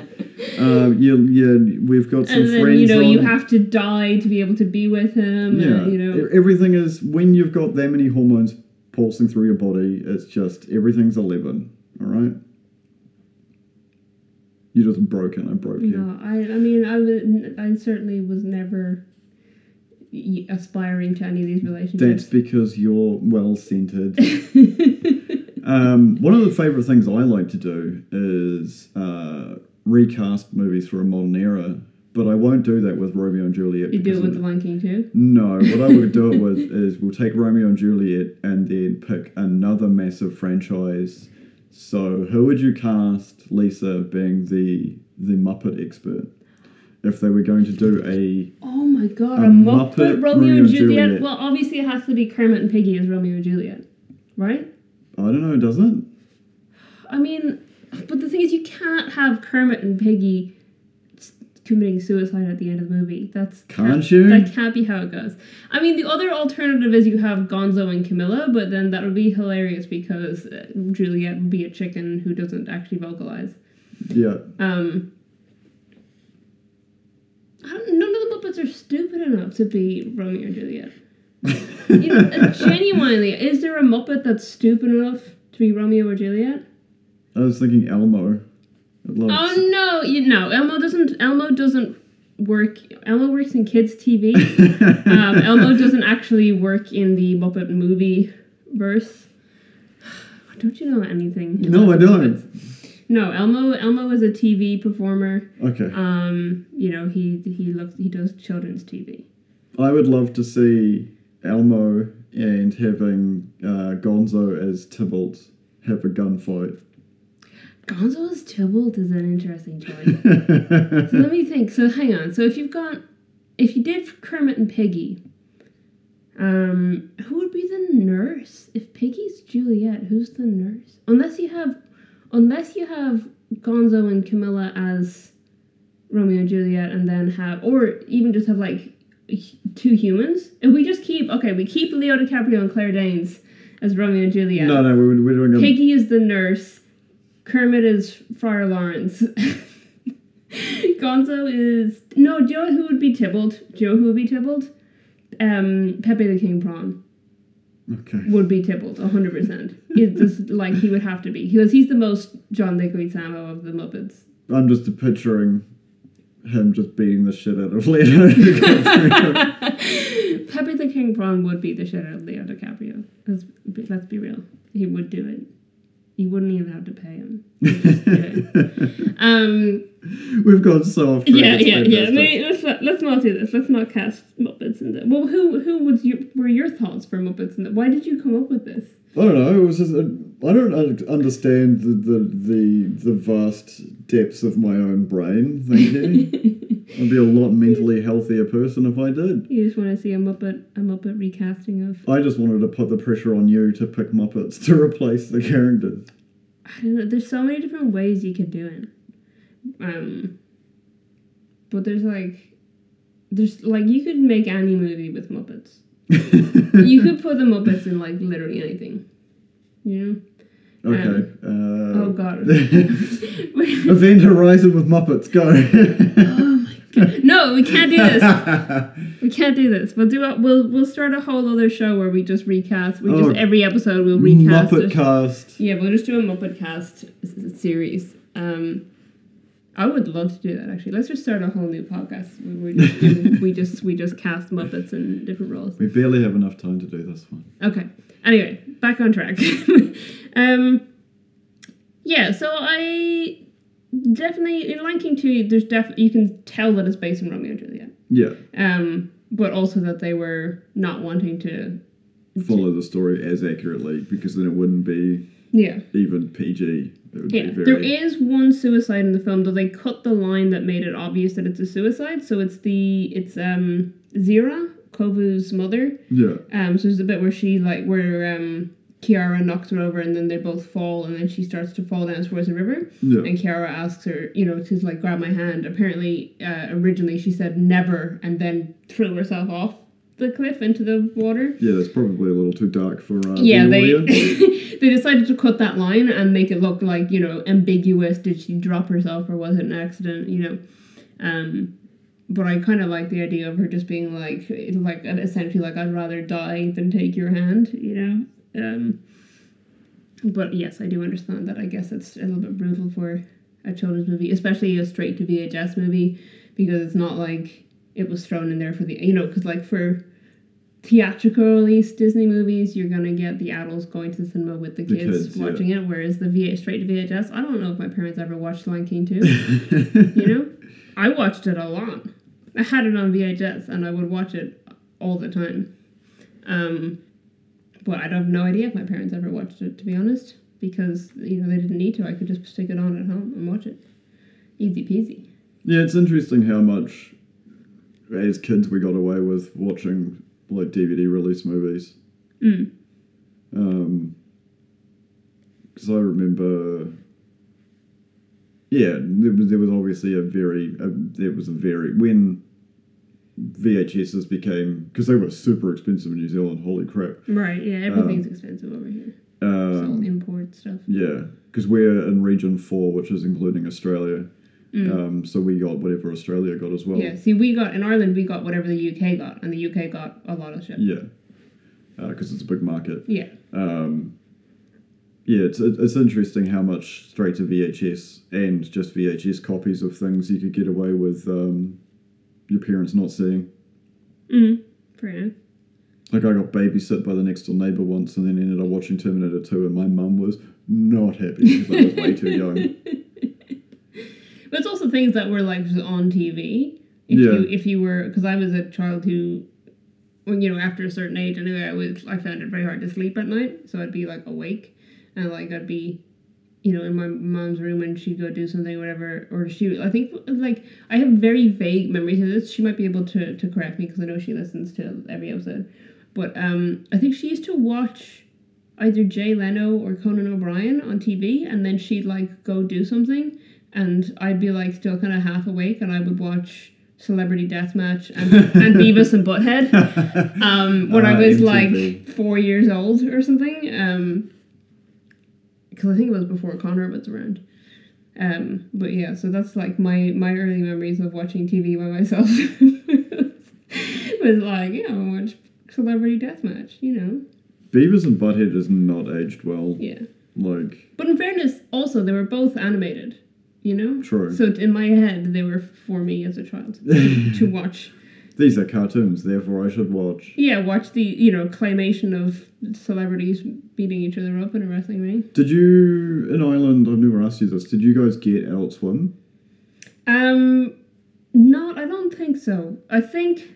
Speaker 2: Uh, you, you, we've got some
Speaker 1: and then
Speaker 2: friends
Speaker 1: you know
Speaker 2: on.
Speaker 1: you have to die to be able to be with him.
Speaker 2: yeah,
Speaker 1: and, you know.
Speaker 2: E- everything is when you've got that many hormones pulsing through your body. It's just everything's eleven. All right. You just broken. I broke you.
Speaker 1: No, I, I mean, I, was, I certainly was never y- aspiring to any of these
Speaker 2: That's
Speaker 1: relationships.
Speaker 2: because you're well centered. Um, one of the favorite things I like to do is uh, recast movies for a modern era, but I won't do that with Romeo and Juliet.
Speaker 1: you do
Speaker 2: because
Speaker 1: it with
Speaker 2: of-
Speaker 1: the Lion King too.
Speaker 2: no, what I would do it with is we'll take Romeo and Juliet and then pick another massive franchise. So who would you cast, Lisa, being the the Muppet expert, if they were going to do a?
Speaker 1: Oh my god,
Speaker 2: A
Speaker 1: a, Muppet,
Speaker 2: Muppet
Speaker 1: Romeo, and Juliet. Well, obviously it has to be Kermit and Piggy as Romeo and Juliet, right?
Speaker 2: I don't know, does it?
Speaker 1: I mean, but the thing is, you can't have Kermit and Piggy s- committing suicide at the end of the movie. That's
Speaker 2: Can't you?
Speaker 1: That can't be how it goes. I mean, the other alternative is you have Gonzo and Camilla, but then that would be hilarious because uh, Juliet would be a chicken who doesn't actually vocalize.
Speaker 2: Yeah.
Speaker 1: Um, I don't, none of the Muppets are stupid enough to be Romeo and Juliet. You know, uh, genuinely, is there a Muppet that's stupid enough to be Romeo or Juliet?
Speaker 2: I was thinking Elmo. It looks-
Speaker 1: Oh no, you no, Elmo doesn't. Elmo doesn't work. Elmo works in kids' TV. Um, Elmo doesn't actually work in the Muppet movie verse. Don't you know anything?
Speaker 2: No, I
Speaker 1: about
Speaker 2: don't.
Speaker 1: Muppets? No, Elmo. Elmo is a TV performer.
Speaker 2: Okay.
Speaker 1: Um, you know, he he looks he does children's TV.
Speaker 2: I would love to see Elmo and having uh, Gonzo as Tybalt have a gunfight.
Speaker 1: Gonzo's Tybalt is an interesting choice. so let me think. So hang on. So if you've got, if you did Kermit and Piggy, um, who would be the nurse? If Piggy's Juliet, who's the nurse? Unless you have, unless you have Gonzo and Camilla as Romeo and Juliet, and then have, or even just have like h- two humans. If we just keep, okay, we keep Leo DiCaprio and Claire Danes as Romeo and Juliet.
Speaker 2: No, no, we were, we're doing a.
Speaker 1: Piggy is the nurse. Kermit is Friar Lawrence. Gonzo is no. Do you know who would be Tybalt? Do you know who would be Tybalt? Um, Pepe the King Prawn
Speaker 2: Okay.
Speaker 1: would be Tybalt, hundred percent. It's just like he would have to be because he's the most John Liquid Samo of the Muppets.
Speaker 2: I'm just picturing him just beating the shit out of Leonardo DiCaprio.
Speaker 1: Pepe the King Prawn would be the shit out of Leo DiCaprio. Let's be, let's be real. He would do it. You wouldn't even have to pay him. He'd just do it. Um,
Speaker 2: We've gone so off track.
Speaker 1: Yeah,
Speaker 2: it's
Speaker 1: yeah, yeah.
Speaker 2: fantastic.
Speaker 1: Maybe let's not, let's not do this. Let's not cast Muppets in the. Well, who who would you were your thoughts for Muppets in the? Why did you come up with this?
Speaker 2: I don't know. It was just, uh, I don't un- understand the, the, the, the vast depths of my own brain. Thank you. I'd be a lot mentally healthier person if I did.
Speaker 1: You just want to see a Muppet a Muppet recasting of.
Speaker 2: I just wanted to put the pressure on you to pick Muppets to replace the characters.
Speaker 1: I don't know. There's so many different ways you could do it. Um. But there's like, there's like you could make any movie with Muppets. You could put the Muppets in like literally anything. You
Speaker 2: okay.
Speaker 1: know?
Speaker 2: Uh,
Speaker 1: Oh God.
Speaker 2: Event Horizon with Muppets, go.
Speaker 1: Oh, no, we can't do this. We can't do this. We'll do a, we'll we'll start a whole other show where we just recast. We
Speaker 2: Oh.
Speaker 1: just every episode we'll recast.
Speaker 2: Muppet
Speaker 1: it.
Speaker 2: cast.
Speaker 1: yeah, we'll just do a Muppet cast s- s- series. Um, I would love to do that actually. Let's just start a whole new podcast. We we just, do, we just we just cast Muppets in different roles.
Speaker 2: We barely have enough time to do this one.
Speaker 1: Okay. Anyway, back on track. um, yeah. So I definitely in Lion King two. There's def you can tell that it's based on Romeo and Juliet.
Speaker 2: Yeah,
Speaker 1: Um, but also that they were not wanting to.
Speaker 2: follow the story as accurately because then it wouldn't be
Speaker 1: Yeah.
Speaker 2: even PG. It would
Speaker 1: Yeah,
Speaker 2: be
Speaker 1: there
Speaker 2: very
Speaker 1: is one suicide in the film, though they cut the line that made it obvious that it's a suicide. So it's the it's um Zira Kovu's mother.
Speaker 2: yeah.
Speaker 1: Um, so there's a bit where she like where um Kiara knocks her over, and then they both fall, and then she starts to fall down towards the river.
Speaker 2: Yeah,
Speaker 1: And Kiara asks her, you know, to like grab my hand. Apparently, uh, originally she said never, and then threw herself off the cliff into the water.
Speaker 2: yeah, that's probably a little too dark for uh,
Speaker 1: Yeah,
Speaker 2: the
Speaker 1: they
Speaker 2: audience.
Speaker 1: they decided to cut that line and make it look like you know ambiguous. Did she drop herself or was it an accident? You know, um, but I kind of like the idea of her just being like like essentially like I'd rather die than take your hand. You know. Um, but yes, I do understand that. I guess it's a little bit brutal for a children's movie, especially a straight to VHS movie, because it's not like it was thrown in there for the you know because like for theatrical release Disney movies, you're gonna get the adults going to the cinema with the
Speaker 2: The
Speaker 1: kids,
Speaker 2: kids, yeah.
Speaker 1: watching it, whereas the VH straight to VHS, I don't know if my parents ever watched Lion King two. you know, I watched it a lot. I had it on VHS and I would watch it all the time. Um, but I have no idea if my parents ever watched it, to be honest, because you know they didn't need to. I could just stick it on at home and watch it, easy peasy.
Speaker 2: Yeah, it's interesting how much as kids we got away with watching like DVD release movies.
Speaker 1: Mm.
Speaker 2: Um, because I remember, yeah, there was, there was obviously a very a, there was a very when VHSs became because they were super expensive in New Zealand. Holy crap!
Speaker 1: Right? Yeah, everything's expensive over here. It's all
Speaker 2: Um,
Speaker 1: import stuff.
Speaker 2: yeah, because we're in region four, which is including Australia.
Speaker 1: Mm.
Speaker 2: Um, so we got whatever Australia got as well.
Speaker 1: yeah. See, we got in Ireland, we got whatever the UK got, and the UK got a lot of shit.
Speaker 2: Yeah, because it's a big market.
Speaker 1: Yeah.
Speaker 2: Um, yeah, it's it's interesting how much straight to VHS and just VHS copies of things you could get away with um, your parents not seeing.
Speaker 1: Mm. Fair enough.
Speaker 2: Like I got babysit by the next door neighbour once, and then ended up watching Terminator Two, and my mum was not happy because I was way too young.
Speaker 1: But it's also things that were like just on TV. If
Speaker 2: Yeah.
Speaker 1: you if you were because I was a child who when you know after a certain age anyway I was I found it very hard to sleep at night so I'd be like awake and like I'd be you know in my mom's room and she'd go do something whatever or she I think like I have very vague memories of this she might be able to to correct me because I know she listens to every episode but um I think she used to watch either Jay Leno or Conan O'Brien on TV, and then she'd like go do something, and I'd be like still kind of half awake, and I would watch Celebrity Deathmatch and, and Beavis and Butthead um, when I
Speaker 2: Ah,
Speaker 1: was
Speaker 2: MTV.
Speaker 1: like four years old or something. Um, because I think it was before Connor was around. Um, but yeah, so that's like my my early memories of watching TV by myself was like yeah, I watch Celebrity Deathmatch, you know,
Speaker 2: Beavers and Butthead is not aged well.
Speaker 1: yeah.
Speaker 2: Like
Speaker 1: But in fairness, also they were both animated, you know.
Speaker 2: True.
Speaker 1: So in my head, they were for me as a child to watch.
Speaker 2: these are cartoons, therefore I should watch.
Speaker 1: Yeah, watch the you know claymation of celebrities beating each other up in a wrestling ring.
Speaker 2: Did you in Ireland? I've never asked you this. Did you guys get Adult Swim?
Speaker 1: Um, not I don't think so. I think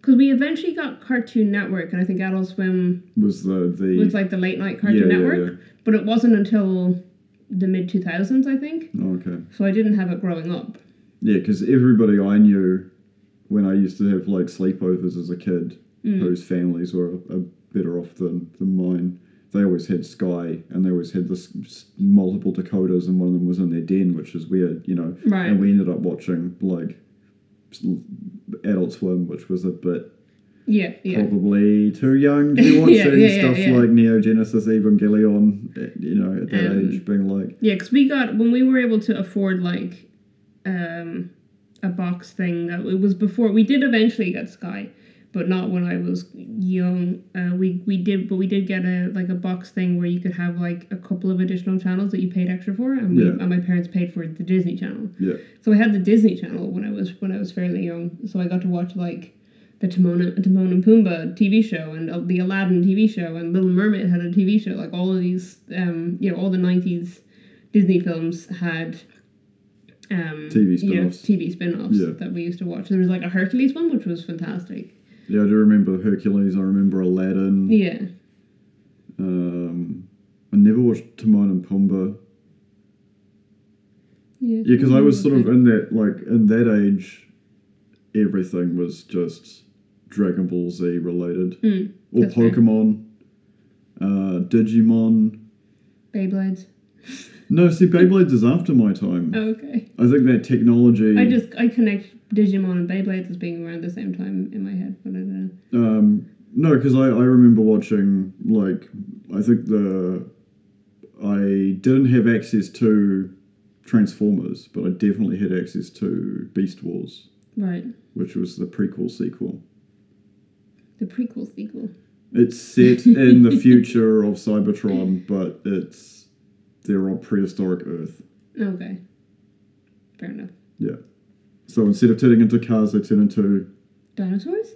Speaker 1: because we eventually got Cartoon Network, and I think Adult Swim
Speaker 2: Was the the
Speaker 1: was like the late night Cartoon
Speaker 2: Yeah, yeah,
Speaker 1: Network, but it wasn't until the mid two thousands, I think.
Speaker 2: Oh, okay.
Speaker 1: So I didn't have it growing up.
Speaker 2: Yeah, because everybody I knew when I used to have like sleepovers as a kid,
Speaker 1: Mm.
Speaker 2: whose families were a, better off than, than mine, they always had Sky and they always had this s- multiple Dakotas, and one of them was in their den, which is weird, you know.
Speaker 1: Right.
Speaker 2: And we ended up watching like s- Adult Swim, which was a bit
Speaker 1: Yeah, yeah.
Speaker 2: probably too young to be watching
Speaker 1: Yeah, yeah, yeah,
Speaker 2: stuff
Speaker 1: yeah.
Speaker 2: like Neo Genesis Evangelion, eh, you know, at that
Speaker 1: Um,
Speaker 2: age, being like,
Speaker 1: Yeah, because we got when we were able to afford like uh, um, a box thing. That it was before we did eventually get Sky, but not when I was young. Uh, we we did, but we did get a like a box thing where you could have like a couple of additional channels that you paid extra for, and, we,
Speaker 2: Yeah.
Speaker 1: and my parents paid for the Disney Channel.
Speaker 2: Yeah.
Speaker 1: So I had the Disney Channel when I was when I was fairly young. So I got to watch like the Timon and, Timon and Pumbaa TV show and uh, the Aladdin TV show and Little Mermaid had a TV show. Like all of these, um, you know, all the nineties Disney films had. Um,
Speaker 2: TV
Speaker 1: you know,
Speaker 2: spin-offs.
Speaker 1: TV spin-offs
Speaker 2: Yeah.
Speaker 1: that we used to watch. There was like a Hercules one, which was fantastic.
Speaker 2: Yeah, I do remember Hercules. I remember Aladdin.
Speaker 1: Yeah,
Speaker 2: Um, I never watched Timon and Pumbaa.
Speaker 1: yeah.
Speaker 2: Yeah, because I was sort
Speaker 1: Mm-hmm.
Speaker 2: of in that like in that age, everything was just Dragon Ball Z related
Speaker 1: Mm,
Speaker 2: or
Speaker 1: that's fair.
Speaker 2: Pokemon, uh, Digimon.
Speaker 1: Beyblades.
Speaker 2: No, see, Beyblades is after my time.
Speaker 1: Oh, okay.
Speaker 2: I think that technology.
Speaker 1: I just I connect Digimon and Beyblades as being around the same time in my head, but I don't know.
Speaker 2: Um, no, because I, I remember watching, like, I think the. I didn't have access to Transformers, but I definitely had access to Beast Wars,
Speaker 1: Right.
Speaker 2: which was the prequel sequel.
Speaker 1: The prequel sequel.
Speaker 2: It's set in the future of Cybertron, but it's. They're on prehistoric Earth.
Speaker 1: Okay. Fair enough.
Speaker 2: So instead of turning into cars, they turn into
Speaker 1: Dinosaurs?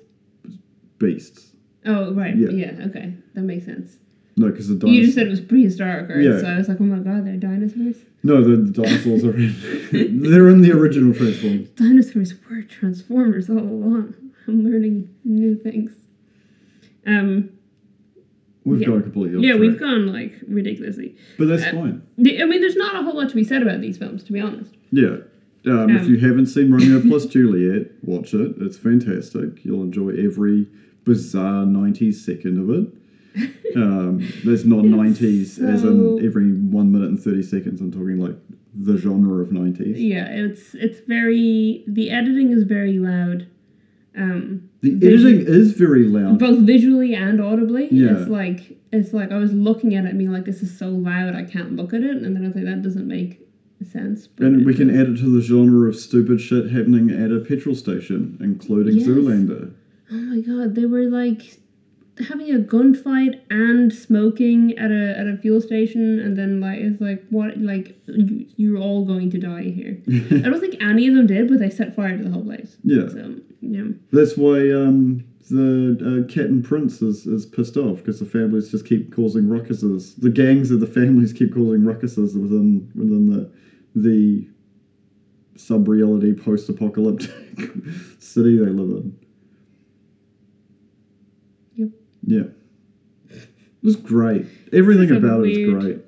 Speaker 2: beasts.
Speaker 1: Oh right.
Speaker 2: Yeah.
Speaker 1: Yeah. okay. That makes sense.
Speaker 2: No, because the
Speaker 1: You just
Speaker 2: dinosaurs.
Speaker 1: said it was prehistoric Earth,
Speaker 2: Yeah.
Speaker 1: so I was like, oh my god, they're dinosaurs.
Speaker 2: No, the, the dinosaurs are in. they're in the original Transformers.
Speaker 1: Dinosaurs were transformers all along. I'm learning new things. Um.
Speaker 2: We've
Speaker 1: Yeah.
Speaker 2: gone completely off
Speaker 1: Yeah,
Speaker 2: track.
Speaker 1: we've gone like ridiculously.
Speaker 2: But that's
Speaker 1: Uh,
Speaker 2: fine.
Speaker 1: The- I mean, there's not a whole lot to be said about these films, to be honest.
Speaker 2: Yeah. Um, if
Speaker 1: Um,
Speaker 2: you haven't seen Romeo plus Juliet, watch it. It's fantastic. You'll enjoy every bizarre 90 second of it. Um, there's not 90s as
Speaker 1: so-
Speaker 2: in every 1 minute and 30 seconds. I'm talking like the genre of 90s.
Speaker 1: Yeah, it's it's very the editing is very loud. Um,
Speaker 2: The
Speaker 1: They-
Speaker 2: editing is very loud.
Speaker 1: both visually and audibly.
Speaker 2: Yeah.
Speaker 1: It's like it's like I was looking at it and being like, this is so loud, I can't look at it, and then I was like, that doesn't make sense. But
Speaker 2: And we
Speaker 1: it
Speaker 2: can
Speaker 1: does.
Speaker 2: add it to the genre of stupid shit happening at a petrol station, including
Speaker 1: Yes.
Speaker 2: Zoolander.
Speaker 1: Oh my god, they were like having a gunfight and smoking at a at a fuel station, and then like it's like what like you- you're all going to die here. I don't think any of them did, but they set fire to the whole place.
Speaker 2: Yeah.
Speaker 1: So yeah.
Speaker 2: That's why um, the uh, cat and prince is, is pissed off because the families just keep causing ruckuses. The gangs of the families keep causing ruckuses within within the the sub reality post apocalyptic city they live in.
Speaker 1: Yep.
Speaker 2: Yeah. It was great. Everything
Speaker 1: This is a
Speaker 2: about it is
Speaker 1: weird-
Speaker 2: great.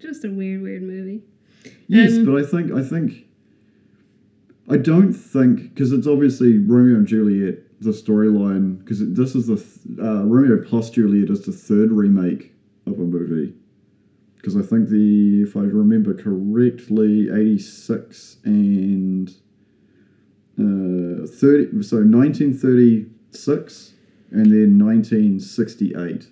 Speaker 1: Just a weird, weird movie.
Speaker 2: Yes,
Speaker 1: Um,
Speaker 2: but I think I think I don't think because it's obviously Romeo and Juliet the storyline because this is the th- uh, Romeo plus Juliet is the third remake of a movie because I think the if I remember correctly eighty six and uh, thirty so nineteen thirty six and then nineteen sixty eight.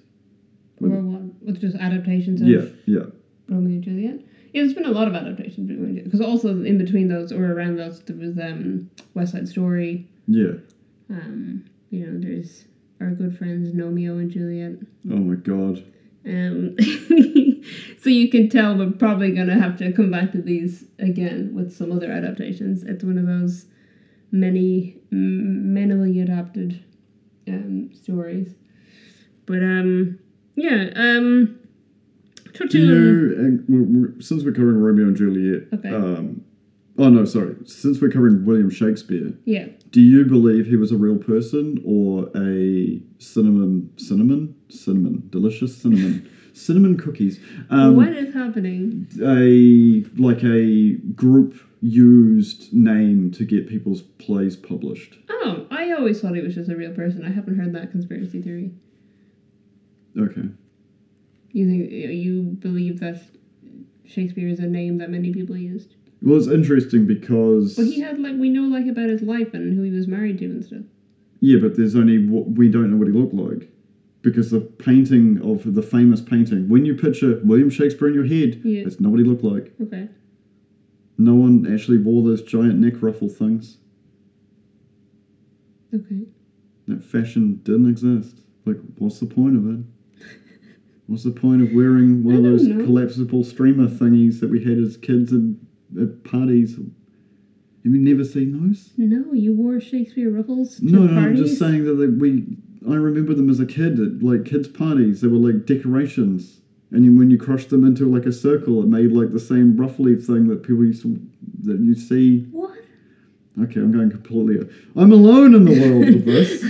Speaker 2: With-
Speaker 1: Or what? With just adaptations of
Speaker 2: Yeah, yeah.
Speaker 1: Romeo and Juliet. Yeah, there's been a lot of adaptations of Romeo and Juliet. Because also in between those or around those, there was um, West Side Story.
Speaker 2: Yeah.
Speaker 1: Um, you know, there's our good friends Nomeo and Juliet.
Speaker 2: Oh my god.
Speaker 1: Um, so you can tell we're probably going to have to come back to these again with some other adaptations. It's one of those many, m- mentally adapted um, stories. But um, yeah, um,
Speaker 2: Do
Speaker 1: touching on-
Speaker 2: you, and we're, we're- since we're covering Romeo and Juliet,
Speaker 1: Okay.
Speaker 2: um, oh no, sorry, since we're covering William Shakespeare,
Speaker 1: yeah,
Speaker 2: do you believe he was a real person or a cinnamon, cinnamon, cinnamon, delicious cinnamon, cinnamon cookies? Um,
Speaker 1: what is happening?
Speaker 2: A like a group used name to get people's plays published.
Speaker 1: Oh, I always thought he was just a real person. I haven't heard that conspiracy theory.
Speaker 2: Okay.
Speaker 1: You think you believe that Shakespeare is a name that many people used?
Speaker 2: Well, it's interesting because
Speaker 1: But he had like we know like about his life and who he was married to and stuff.
Speaker 2: Yeah, but there's only what we don't know what he looked like because the painting of the famous painting. When you picture William Shakespeare in your head,
Speaker 1: Yeah.
Speaker 2: that's not what he looked like.
Speaker 1: Okay.
Speaker 2: No one actually wore those giant neck ruffle things.
Speaker 1: Okay.
Speaker 2: that fashion didn't exist. Like, what's the point of it? What's the point of wearing one
Speaker 1: I
Speaker 2: of
Speaker 1: don't
Speaker 2: those
Speaker 1: know.
Speaker 2: collapsible streamer thingies that we had as kids at, at parties? Have you never seen those?
Speaker 1: No, you wore Shakespeare ruffles to
Speaker 2: No, no, I'm
Speaker 1: parties.
Speaker 2: just saying that they, we. I remember them as a kid at like kids' parties. They were like decorations, and then when you crushed them into like a circle, it made like the same ruffly thing that people used to that you see.
Speaker 1: What?
Speaker 2: Okay, I'm going completely. I'm alone in the world with this.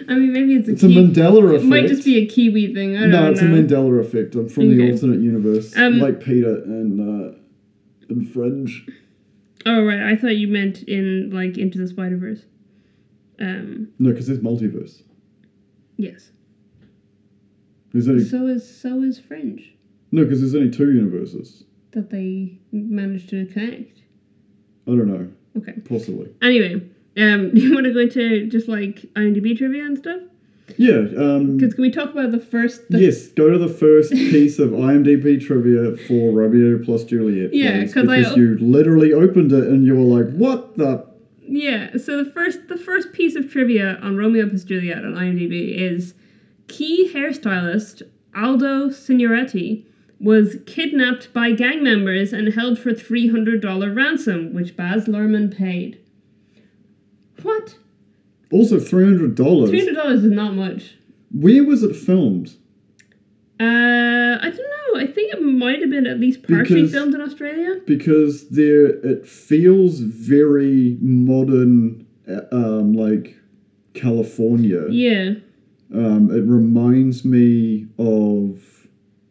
Speaker 1: I mean, maybe it's a
Speaker 2: It's a
Speaker 1: Ki-
Speaker 2: Mandela effect.
Speaker 1: It might just be a Kiwi thing. I don't
Speaker 2: no,
Speaker 1: know.
Speaker 2: it's a Mandela effect. I'm from
Speaker 1: Okay.
Speaker 2: the alternate universe,
Speaker 1: Um,
Speaker 2: like Peter and uh, and Fringe.
Speaker 1: oh right, I thought you meant in like Into the Spider Verse. Um,
Speaker 2: No, because there's multiverse.
Speaker 1: yes.
Speaker 2: There's only,
Speaker 1: So is so is Fringe
Speaker 2: no, because there's only two universes.
Speaker 1: that they managed to connect.
Speaker 2: I don't know,
Speaker 1: Okay.
Speaker 2: possibly.
Speaker 1: Anyway, um, do you want to go into just like IMDb trivia and stuff?
Speaker 2: Yeah. Um,
Speaker 1: Because can we talk about the first? The,
Speaker 2: Yes, go to the first piece of IMDb trivia for Romeo plus Juliet.
Speaker 1: Yeah,
Speaker 2: please,
Speaker 1: 'cause I
Speaker 2: because
Speaker 1: o-
Speaker 2: you literally opened it and you were like, "What the?"
Speaker 1: Yeah. So the first the first piece of trivia on Romeo plus Juliet on IMDb is key hairstylist Aldo Signoretti was kidnapped by gang members and held for three hundred dollar ransom, which Baz Luhrmann paid. What?
Speaker 2: Also, three hundred
Speaker 1: Three
Speaker 2: dollars.
Speaker 1: hundred dollars is not much.
Speaker 2: Where was it filmed?
Speaker 1: Uh, I don't know. I think it might have been at least partially
Speaker 2: Because-
Speaker 1: filmed in Australia.
Speaker 2: Because there, it feels very modern, uh, um, like California.
Speaker 1: Yeah.
Speaker 2: Um, it reminds me of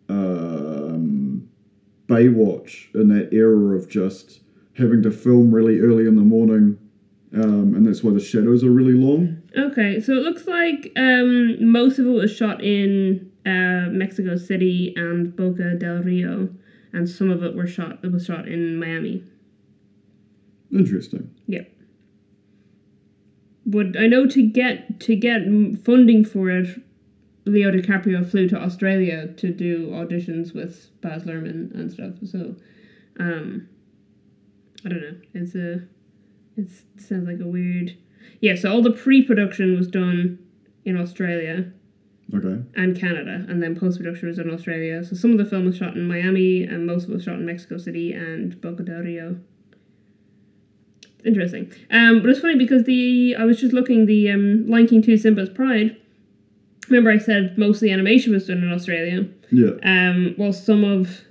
Speaker 2: um, Baywatch in that era of just having to film really early in the morning, um, and that's why the shadows are really long.
Speaker 1: Okay, so it looks like um, most of it was shot in uh, Mexico City and Boca del Rio, and some of it were shot. It was shot in Miami.
Speaker 2: Interesting.
Speaker 1: But I know to get to get m- funding for it, Leo DiCaprio flew to Australia to do auditions with Baz Luhrmann and stuff. So, um, I don't know. It's a it's, it sounds like a weird. Yeah, so all the pre-production was done in Australia.
Speaker 2: Okay.
Speaker 1: and Canada, and then post production was in Australia. So some of the film was shot in Miami, and most of it was shot in Mexico City and Boca del Rio. Interesting, um, but it's funny because the I was just looking the um, Lion King two Simba's Pride. Remember, I said most of the animation was done in Australia.
Speaker 2: Yeah.
Speaker 1: Um, well, some of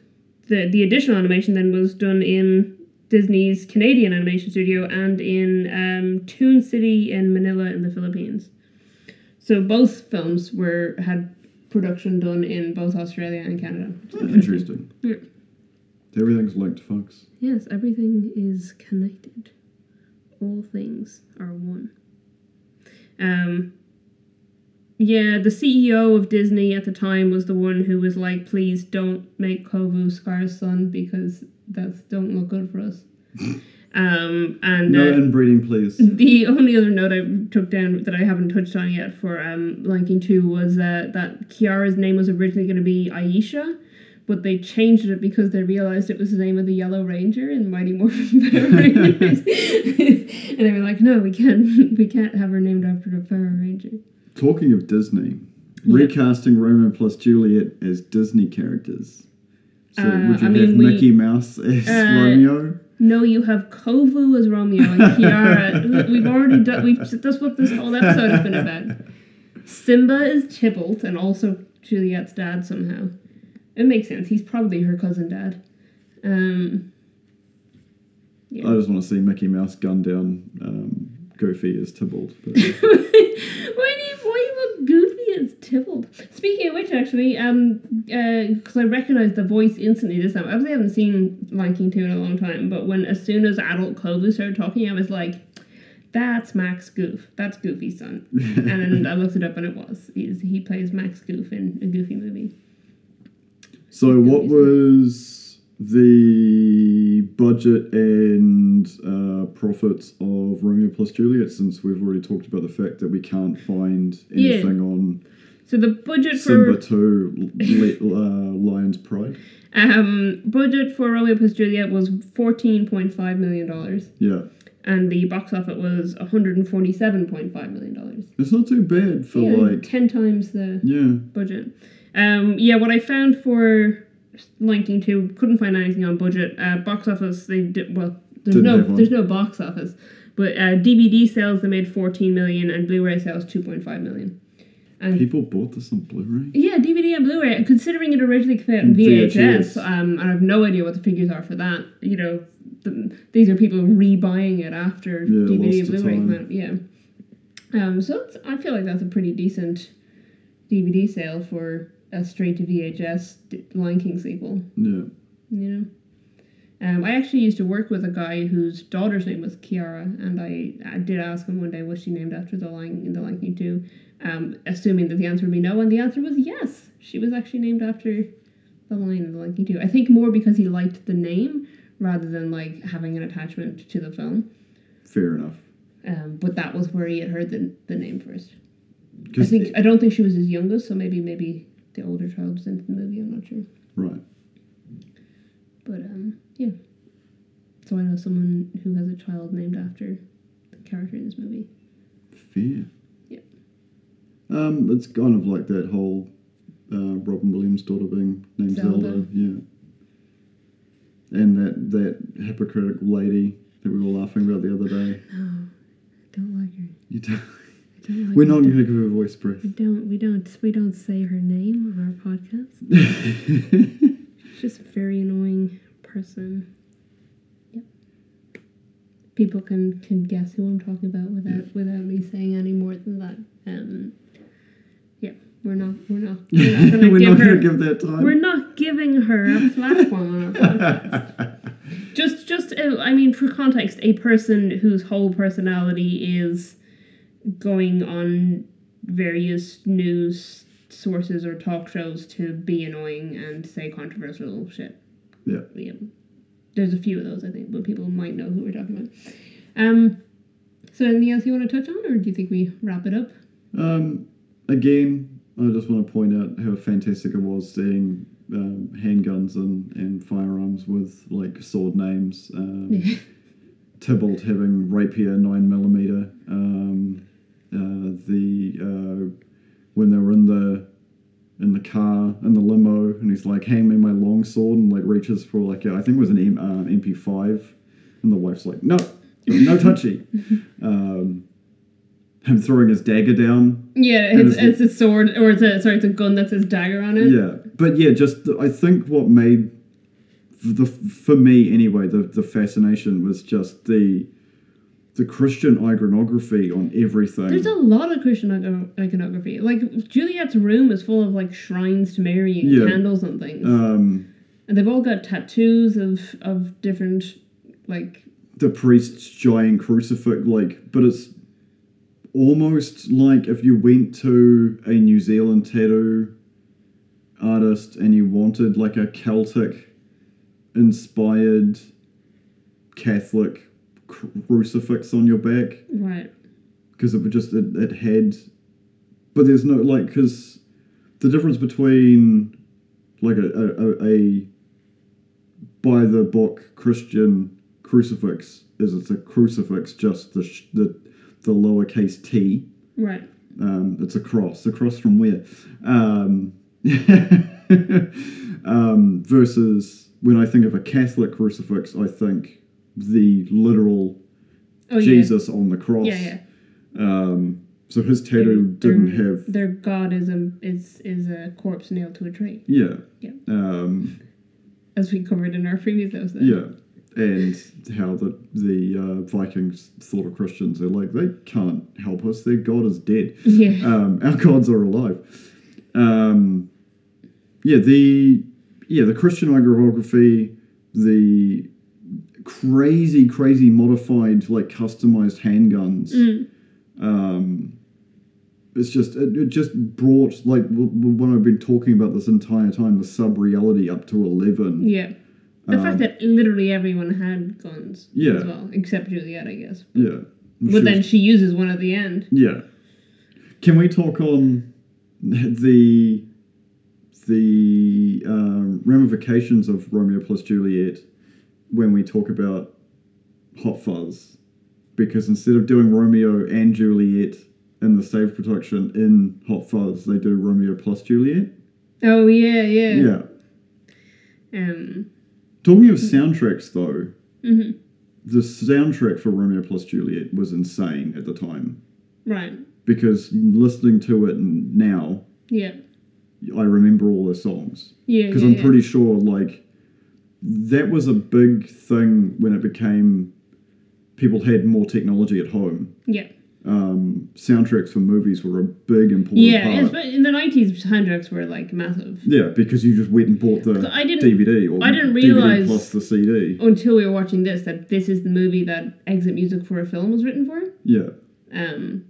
Speaker 1: the the additional animation then was done in Disney's Canadian animation studio and in um, Toon City in Manila in the Philippines. So both films were had production done in both Australia and Canada.
Speaker 2: Interesting.
Speaker 1: Yeah.
Speaker 2: Everything's linked, folks.
Speaker 1: Yes, everything is connected. All things are one. Um, yeah, the CEO of Disney at the time was the one who was like, please don't make Kovu Scar's son because that's don't look good for us. um, and
Speaker 2: No
Speaker 1: uh,
Speaker 2: inbreeding, please.
Speaker 1: the only other note I took down that I haven't touched on yet for um, Lion King 2 was uh, that Kiara's name was originally going to be Aisha, but they changed it because they realized it was the name of the Yellow Ranger in Mighty Morphin Power Rangers. and they were like, no, we can't, we can't have her named after a Power Ranger.
Speaker 2: Talking of Disney,
Speaker 1: Yeah.
Speaker 2: recasting Romeo plus Juliet as Disney characters. So
Speaker 1: Uh,
Speaker 2: would you
Speaker 1: I
Speaker 2: have
Speaker 1: mean, we-
Speaker 2: Mickey Mouse as
Speaker 1: Uh,
Speaker 2: Romeo?
Speaker 1: No, you have Kovu as Romeo and Kiara. we've already done. We've that's what this whole episode has been about. Simba is Tybalt and also Juliet's dad somehow. It makes sense. He's probably her cousin dad. Um,
Speaker 2: I just want to see Mickey Mouse gun down um, Goofy as Tybalt. But
Speaker 1: why do you why you look goofy as Tybalt? Speaking of which, actually, um, because I recognised the voice instantly this time. I Obviously, I haven't seen Lion King two in a long time, but when as soon as adult Kovu started talking, I was like, "That's Max Goof. That's Goofy's son." and I looked it up, and it was. He's, he plays Max Goof in a Goofy movie.
Speaker 2: so, what was the budget and uh, profits of Romeo plus Juliet? Since we've already talked about the fact that we can't find
Speaker 1: Yeah.
Speaker 2: anything on
Speaker 1: So the budget for
Speaker 2: Simba Two, Le- uh, Lion's Pride.
Speaker 1: um budget for Romeo plus Juliet was fourteen point five million dollars.
Speaker 2: Yeah,
Speaker 1: and the box office was $147.5 million.
Speaker 2: It's not too bad for
Speaker 1: Yeah,
Speaker 2: like
Speaker 1: 10 times the
Speaker 2: yeah.
Speaker 1: budget. Um, yeah, what I found for Lion King 2, couldn't find anything on budget. Uh, box office, they did, well, there's
Speaker 2: Didn't have
Speaker 1: no
Speaker 2: one.
Speaker 1: there's no box office. But uh, DVD sales, they made 14 million, and Blu ray sales, 2.5 million. And
Speaker 2: People bought this on Blu-ray.
Speaker 1: yeah, DVD and Blu-ray. Considering it originally came out in
Speaker 2: VHS.
Speaker 1: VHS, um, and I have no idea what the figures are for that. You know, th these are people rebuying it after
Speaker 2: Yeah,
Speaker 1: DVD and
Speaker 2: lost the
Speaker 1: Blu-ray
Speaker 2: time.
Speaker 1: came out. Yeah. Um, so it's, I feel like that's a pretty decent DVD sale for a straight to VHS d- Lion King sequel.
Speaker 2: Yeah.
Speaker 1: You know. Um, I actually used to work with a guy whose daughter's name was Kiara, and I, I did ask him one day was she named after the lion in the Lion King two, um, assuming that the answer would be no, and the answer was yes. She was actually named after the lion in the Lion King two. I think more because he liked the name rather than like having an attachment to the film.
Speaker 2: Fair enough.
Speaker 1: Um, but that was where he had heard the, the name first. I
Speaker 2: 'Cause
Speaker 1: think I don't think she was his youngest, so maybe maybe the older child was into the movie. I'm not sure.
Speaker 2: right.
Speaker 1: But um, yeah. So I know someone who has a child named after the character in this movie.
Speaker 2: Fair.
Speaker 1: Yep.
Speaker 2: Um, it's kind of like that whole uh, Robin Williams' daughter being named Zelda.
Speaker 1: Zelda.
Speaker 2: Yeah. And that that hypocritical lady that we were laughing about the other day.
Speaker 1: No, I don't like her.
Speaker 2: You don't,
Speaker 1: I don't like
Speaker 2: we're not going to give her voice breath.
Speaker 1: We don't. We don't. We don't say her name on our podcast. She's just a very annoying person. Yep. People can can guess who I'm talking about without without me saying any more than that. Um. Yeah, we're not. We're not. We're not going
Speaker 2: we're
Speaker 1: to
Speaker 2: not
Speaker 1: give
Speaker 2: going to
Speaker 1: her.
Speaker 2: give that
Speaker 1: we're
Speaker 2: time.
Speaker 1: not giving her a platform on our podcast. just just uh, i mean for context a person whose whole personality is going on various news sources or talk shows to be annoying and say controversial shit
Speaker 2: Yeah.
Speaker 1: yeah there's a few of those i think but people might know who we're talking about um so anything else you want to touch on or do you think we wrap it up
Speaker 2: Um, again, I just want to point out how fantastic it was seeing um, handguns and, and firearms with like sword names. Um, Tybalt having rapier nine millimeter. Um, uh, the uh, when they were in the in the car in the limo, and he's like, "Hand me my long sword," and like reaches for like a, I think it was an M, uh, MP5, and the wife's like, "No, no touchy." um, him throwing his dagger down
Speaker 1: yeah
Speaker 2: And
Speaker 1: it's,
Speaker 2: it's-
Speaker 1: it's a sword or it's a sorry it's a gun that says dagger on it
Speaker 2: yeah but yeah just the- i think what made f- the for me anyway the, the fascination was just the the christian iconography on everything
Speaker 1: There's a lot of Christian icono- iconography. Like Juliet's room is full of like shrines to Mary and
Speaker 2: Yeah.
Speaker 1: candles and things,
Speaker 2: um
Speaker 1: and they've all got tattoos of of different like
Speaker 2: the priest's giant crucifix like but it's almost like if you went to a new zealand tattoo artist and you wanted like a celtic inspired catholic cr- crucifix on your back
Speaker 1: right.
Speaker 2: because it would just it, it had but there's no like because the difference between like a, a, a, a by the book christian crucifix is it's a crucifix just the sh- the, the lowercase t
Speaker 1: Right.
Speaker 2: um, it's a cross a cross from where um, um, versus when i think of a catholic crucifix i think the literal
Speaker 1: Oh
Speaker 2: jesus on the cross
Speaker 1: yeah. Yeah, yeah.
Speaker 2: um, so his tattoo
Speaker 1: Their-
Speaker 2: didn't have
Speaker 1: their god is a is is a corpse nailed to a tree,
Speaker 2: yeah,
Speaker 1: Yeah.
Speaker 2: um,
Speaker 1: as we covered in our previous episode.
Speaker 2: yeah, and how the the uh, Vikings thought of Christians. They're like they can't help us. Their god is dead.
Speaker 1: Yeah.
Speaker 2: Um, our gods are alive. Um, yeah, the yeah the Christian iconography, the crazy crazy modified like customized handguns.
Speaker 1: Mm.
Speaker 2: um, it's just it, it just brought like w- w- when I've been talking about this entire time the sub reality up to eleven.
Speaker 1: Yeah. The
Speaker 2: Um,
Speaker 1: fact that literally everyone had guns
Speaker 2: Yeah.
Speaker 1: as well, except Juliet, I guess.
Speaker 2: yeah, She
Speaker 1: But then
Speaker 2: was-
Speaker 1: she uses one at the end.
Speaker 2: yeah, can we talk on the the um, ramifications of Romeo plus Juliet when we talk about Hot Fuzz because instead of doing Romeo and Juliet in the stage production in Hot Fuzz, they do Romeo plus Juliet.
Speaker 1: Oh yeah, yeah.
Speaker 2: Yeah.
Speaker 1: Um.
Speaker 2: Talking of soundtracks, though,
Speaker 1: mhm.
Speaker 2: the soundtrack for Romeo plus Juliet was insane at the time
Speaker 1: Right.
Speaker 2: because listening to it now,
Speaker 1: Yeah.
Speaker 2: I remember all the songs.
Speaker 1: Yeah.
Speaker 2: because
Speaker 1: yeah,
Speaker 2: I'm
Speaker 1: yeah.
Speaker 2: pretty sure like that was a big thing when it became people had more technology at home.
Speaker 1: Yeah.
Speaker 2: Um, soundtracks for movies were a big important
Speaker 1: Yeah.
Speaker 2: part.
Speaker 1: yes, but in the nineties, soundtracks were like massive.
Speaker 2: yeah, because you just went and bought the
Speaker 1: 'Cause I didn't-
Speaker 2: DVD or
Speaker 1: I didn't
Speaker 2: DVD
Speaker 1: realise-
Speaker 2: plus the CD.
Speaker 1: Until we were watching this, that this is the movie that exit music for a film was written for.
Speaker 2: Yeah,
Speaker 1: Um.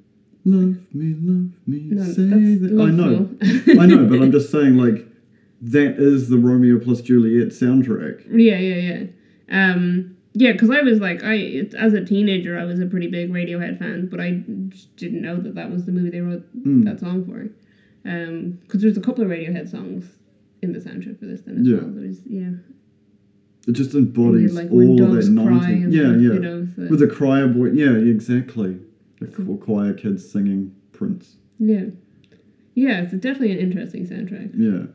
Speaker 2: love me, love me,
Speaker 1: No,
Speaker 2: say
Speaker 1: that's
Speaker 2: that. I know,
Speaker 1: lawful.
Speaker 2: I know, but I'm just saying like that is the Romeo plus Juliet soundtrack.
Speaker 1: Yeah, yeah, yeah. Um, yeah, because I was like, I it- as a teenager, I was a pretty big Radiohead fan, but I just didn't know that that was the movie they wrote
Speaker 2: Mm.
Speaker 1: that song for. Because there's a couple of Radiohead songs in the soundtrack for this, then as
Speaker 2: Yeah.
Speaker 1: well. There's, yeah,
Speaker 2: It just
Speaker 1: And you
Speaker 2: embodies
Speaker 1: had, like when
Speaker 2: all of that
Speaker 1: dogs cry
Speaker 2: '90s.
Speaker 1: and
Speaker 2: Yeah,
Speaker 1: stuff,
Speaker 2: yeah.
Speaker 1: you know. So,
Speaker 2: With a choir boy, yeah, exactly. The qu- choir kids singing Prince.
Speaker 1: yeah, yeah, it's definitely an interesting soundtrack.
Speaker 2: Yeah,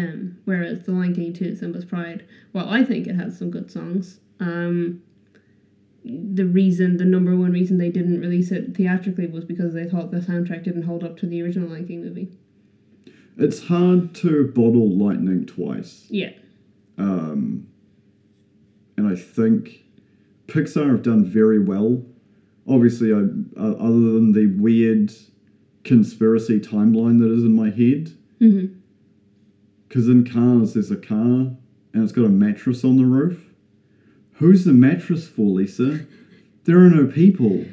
Speaker 1: Um, whereas The Lion King 2, Simba's Pride, well, I think it has some good songs. Um, the reason, the number one reason they didn't release it theatrically was because they thought the soundtrack didn't hold up to the original Lion King movie.
Speaker 2: it's hard to bottle lightning twice,
Speaker 1: Yeah.
Speaker 2: um, and I think Pixar have done very well. Obviously, I, uh, other than the weird conspiracy timeline that is in my head,
Speaker 1: Mm-hmm.
Speaker 2: because in Cars there's a car and it's got a mattress on the roof. Who's the mattress for, Lisa? There are no people.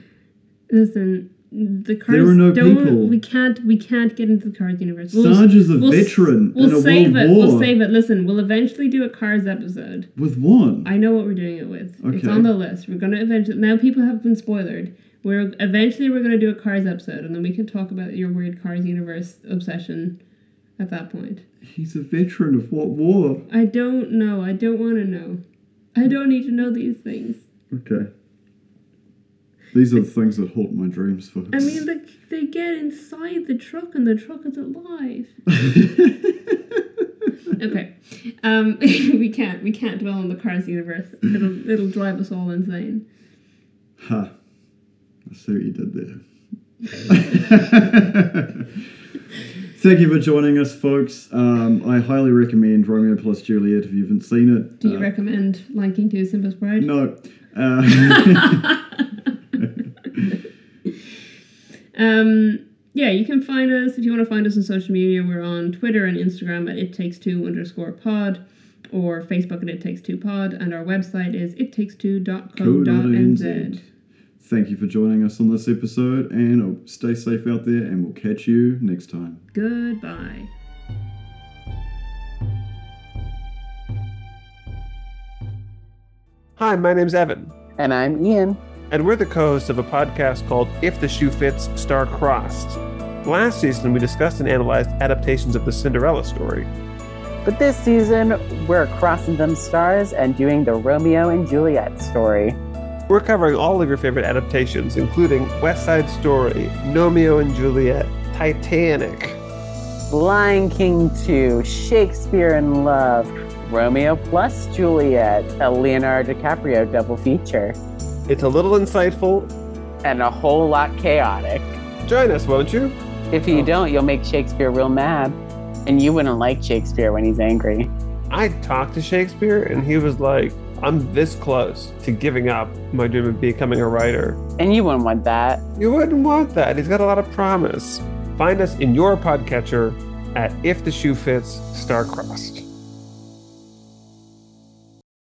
Speaker 1: Listen, the cars
Speaker 2: There were no
Speaker 1: don't.
Speaker 2: people.
Speaker 1: We can't. We can't get into the cars universe.
Speaker 2: Sarge is a
Speaker 1: we'll s-
Speaker 2: veteran
Speaker 1: We'll
Speaker 2: in a
Speaker 1: save
Speaker 2: world
Speaker 1: it.
Speaker 2: war.
Speaker 1: We'll save it. Listen, we'll eventually do a Cars episode.
Speaker 2: With one.
Speaker 1: I know what we're doing it with. It's
Speaker 2: Okay.
Speaker 1: on the list. We're gonna eventually. Now people have been spoiled. We're eventually we're gonna do a Cars episode, and then we can talk about your weird Cars universe obsession. At that point,
Speaker 2: He's a veteran of what war?
Speaker 1: I don't know. I don't want to know. I don't need to know these things.
Speaker 2: Okay. These are the things that haunt my dreams, folks.
Speaker 1: I mean, like they get inside the truck, and the truck is alive. Okay, um, we can't we can't dwell on the Cars universe. It'll it'll drive us all insane.
Speaker 2: ha. I see what you did there. Thank you for joining us, folks. Um, I highly recommend Romeo plus Juliet if you haven't seen it.
Speaker 1: Do you
Speaker 2: Uh,
Speaker 1: recommend liking to Simba's Bride?
Speaker 2: No. Uh,
Speaker 1: um, yeah, you can find us if you want to find us on social media. We're on Twitter and Instagram at it takes two underscore pod or Facebook at it takes two pod, and our website is it takes two dot co dot nz.
Speaker 2: Thank you for joining us on this episode, and uh, stay safe out there, and we'll catch you next time.
Speaker 1: Goodbye.
Speaker 3: Hi, my name's Evan,
Speaker 4: And I'm Ian.
Speaker 3: and we're the co hosts of a podcast called If the Shoe Fits Star Crossed. Last season, we discussed and analyzed adaptations of the Cinderella story.
Speaker 4: But this season, we're crossing them stars and doing the Romeo and Juliet story.
Speaker 3: We're covering all of your favorite adaptations, including West Side Story, Romeo and Juliet, Titanic.
Speaker 4: Lion King 2, Shakespeare in Love, Romeo plus Juliet, a Leonardo DiCaprio double feature,
Speaker 3: It's a little insightful.
Speaker 4: and a whole lot chaotic.
Speaker 3: Join us, won't you?
Speaker 4: If you don't, you'll make Shakespeare real mad. And you wouldn't like Shakespeare when he's angry.
Speaker 3: I talked to Shakespeare, and he was like, I'm this close to giving up my dream of becoming a writer.
Speaker 4: And you wouldn't want that.
Speaker 3: You wouldn't want that. He's got a lot of promise. Find us in your podcatcher at If the Shoe Fits Star Crossed.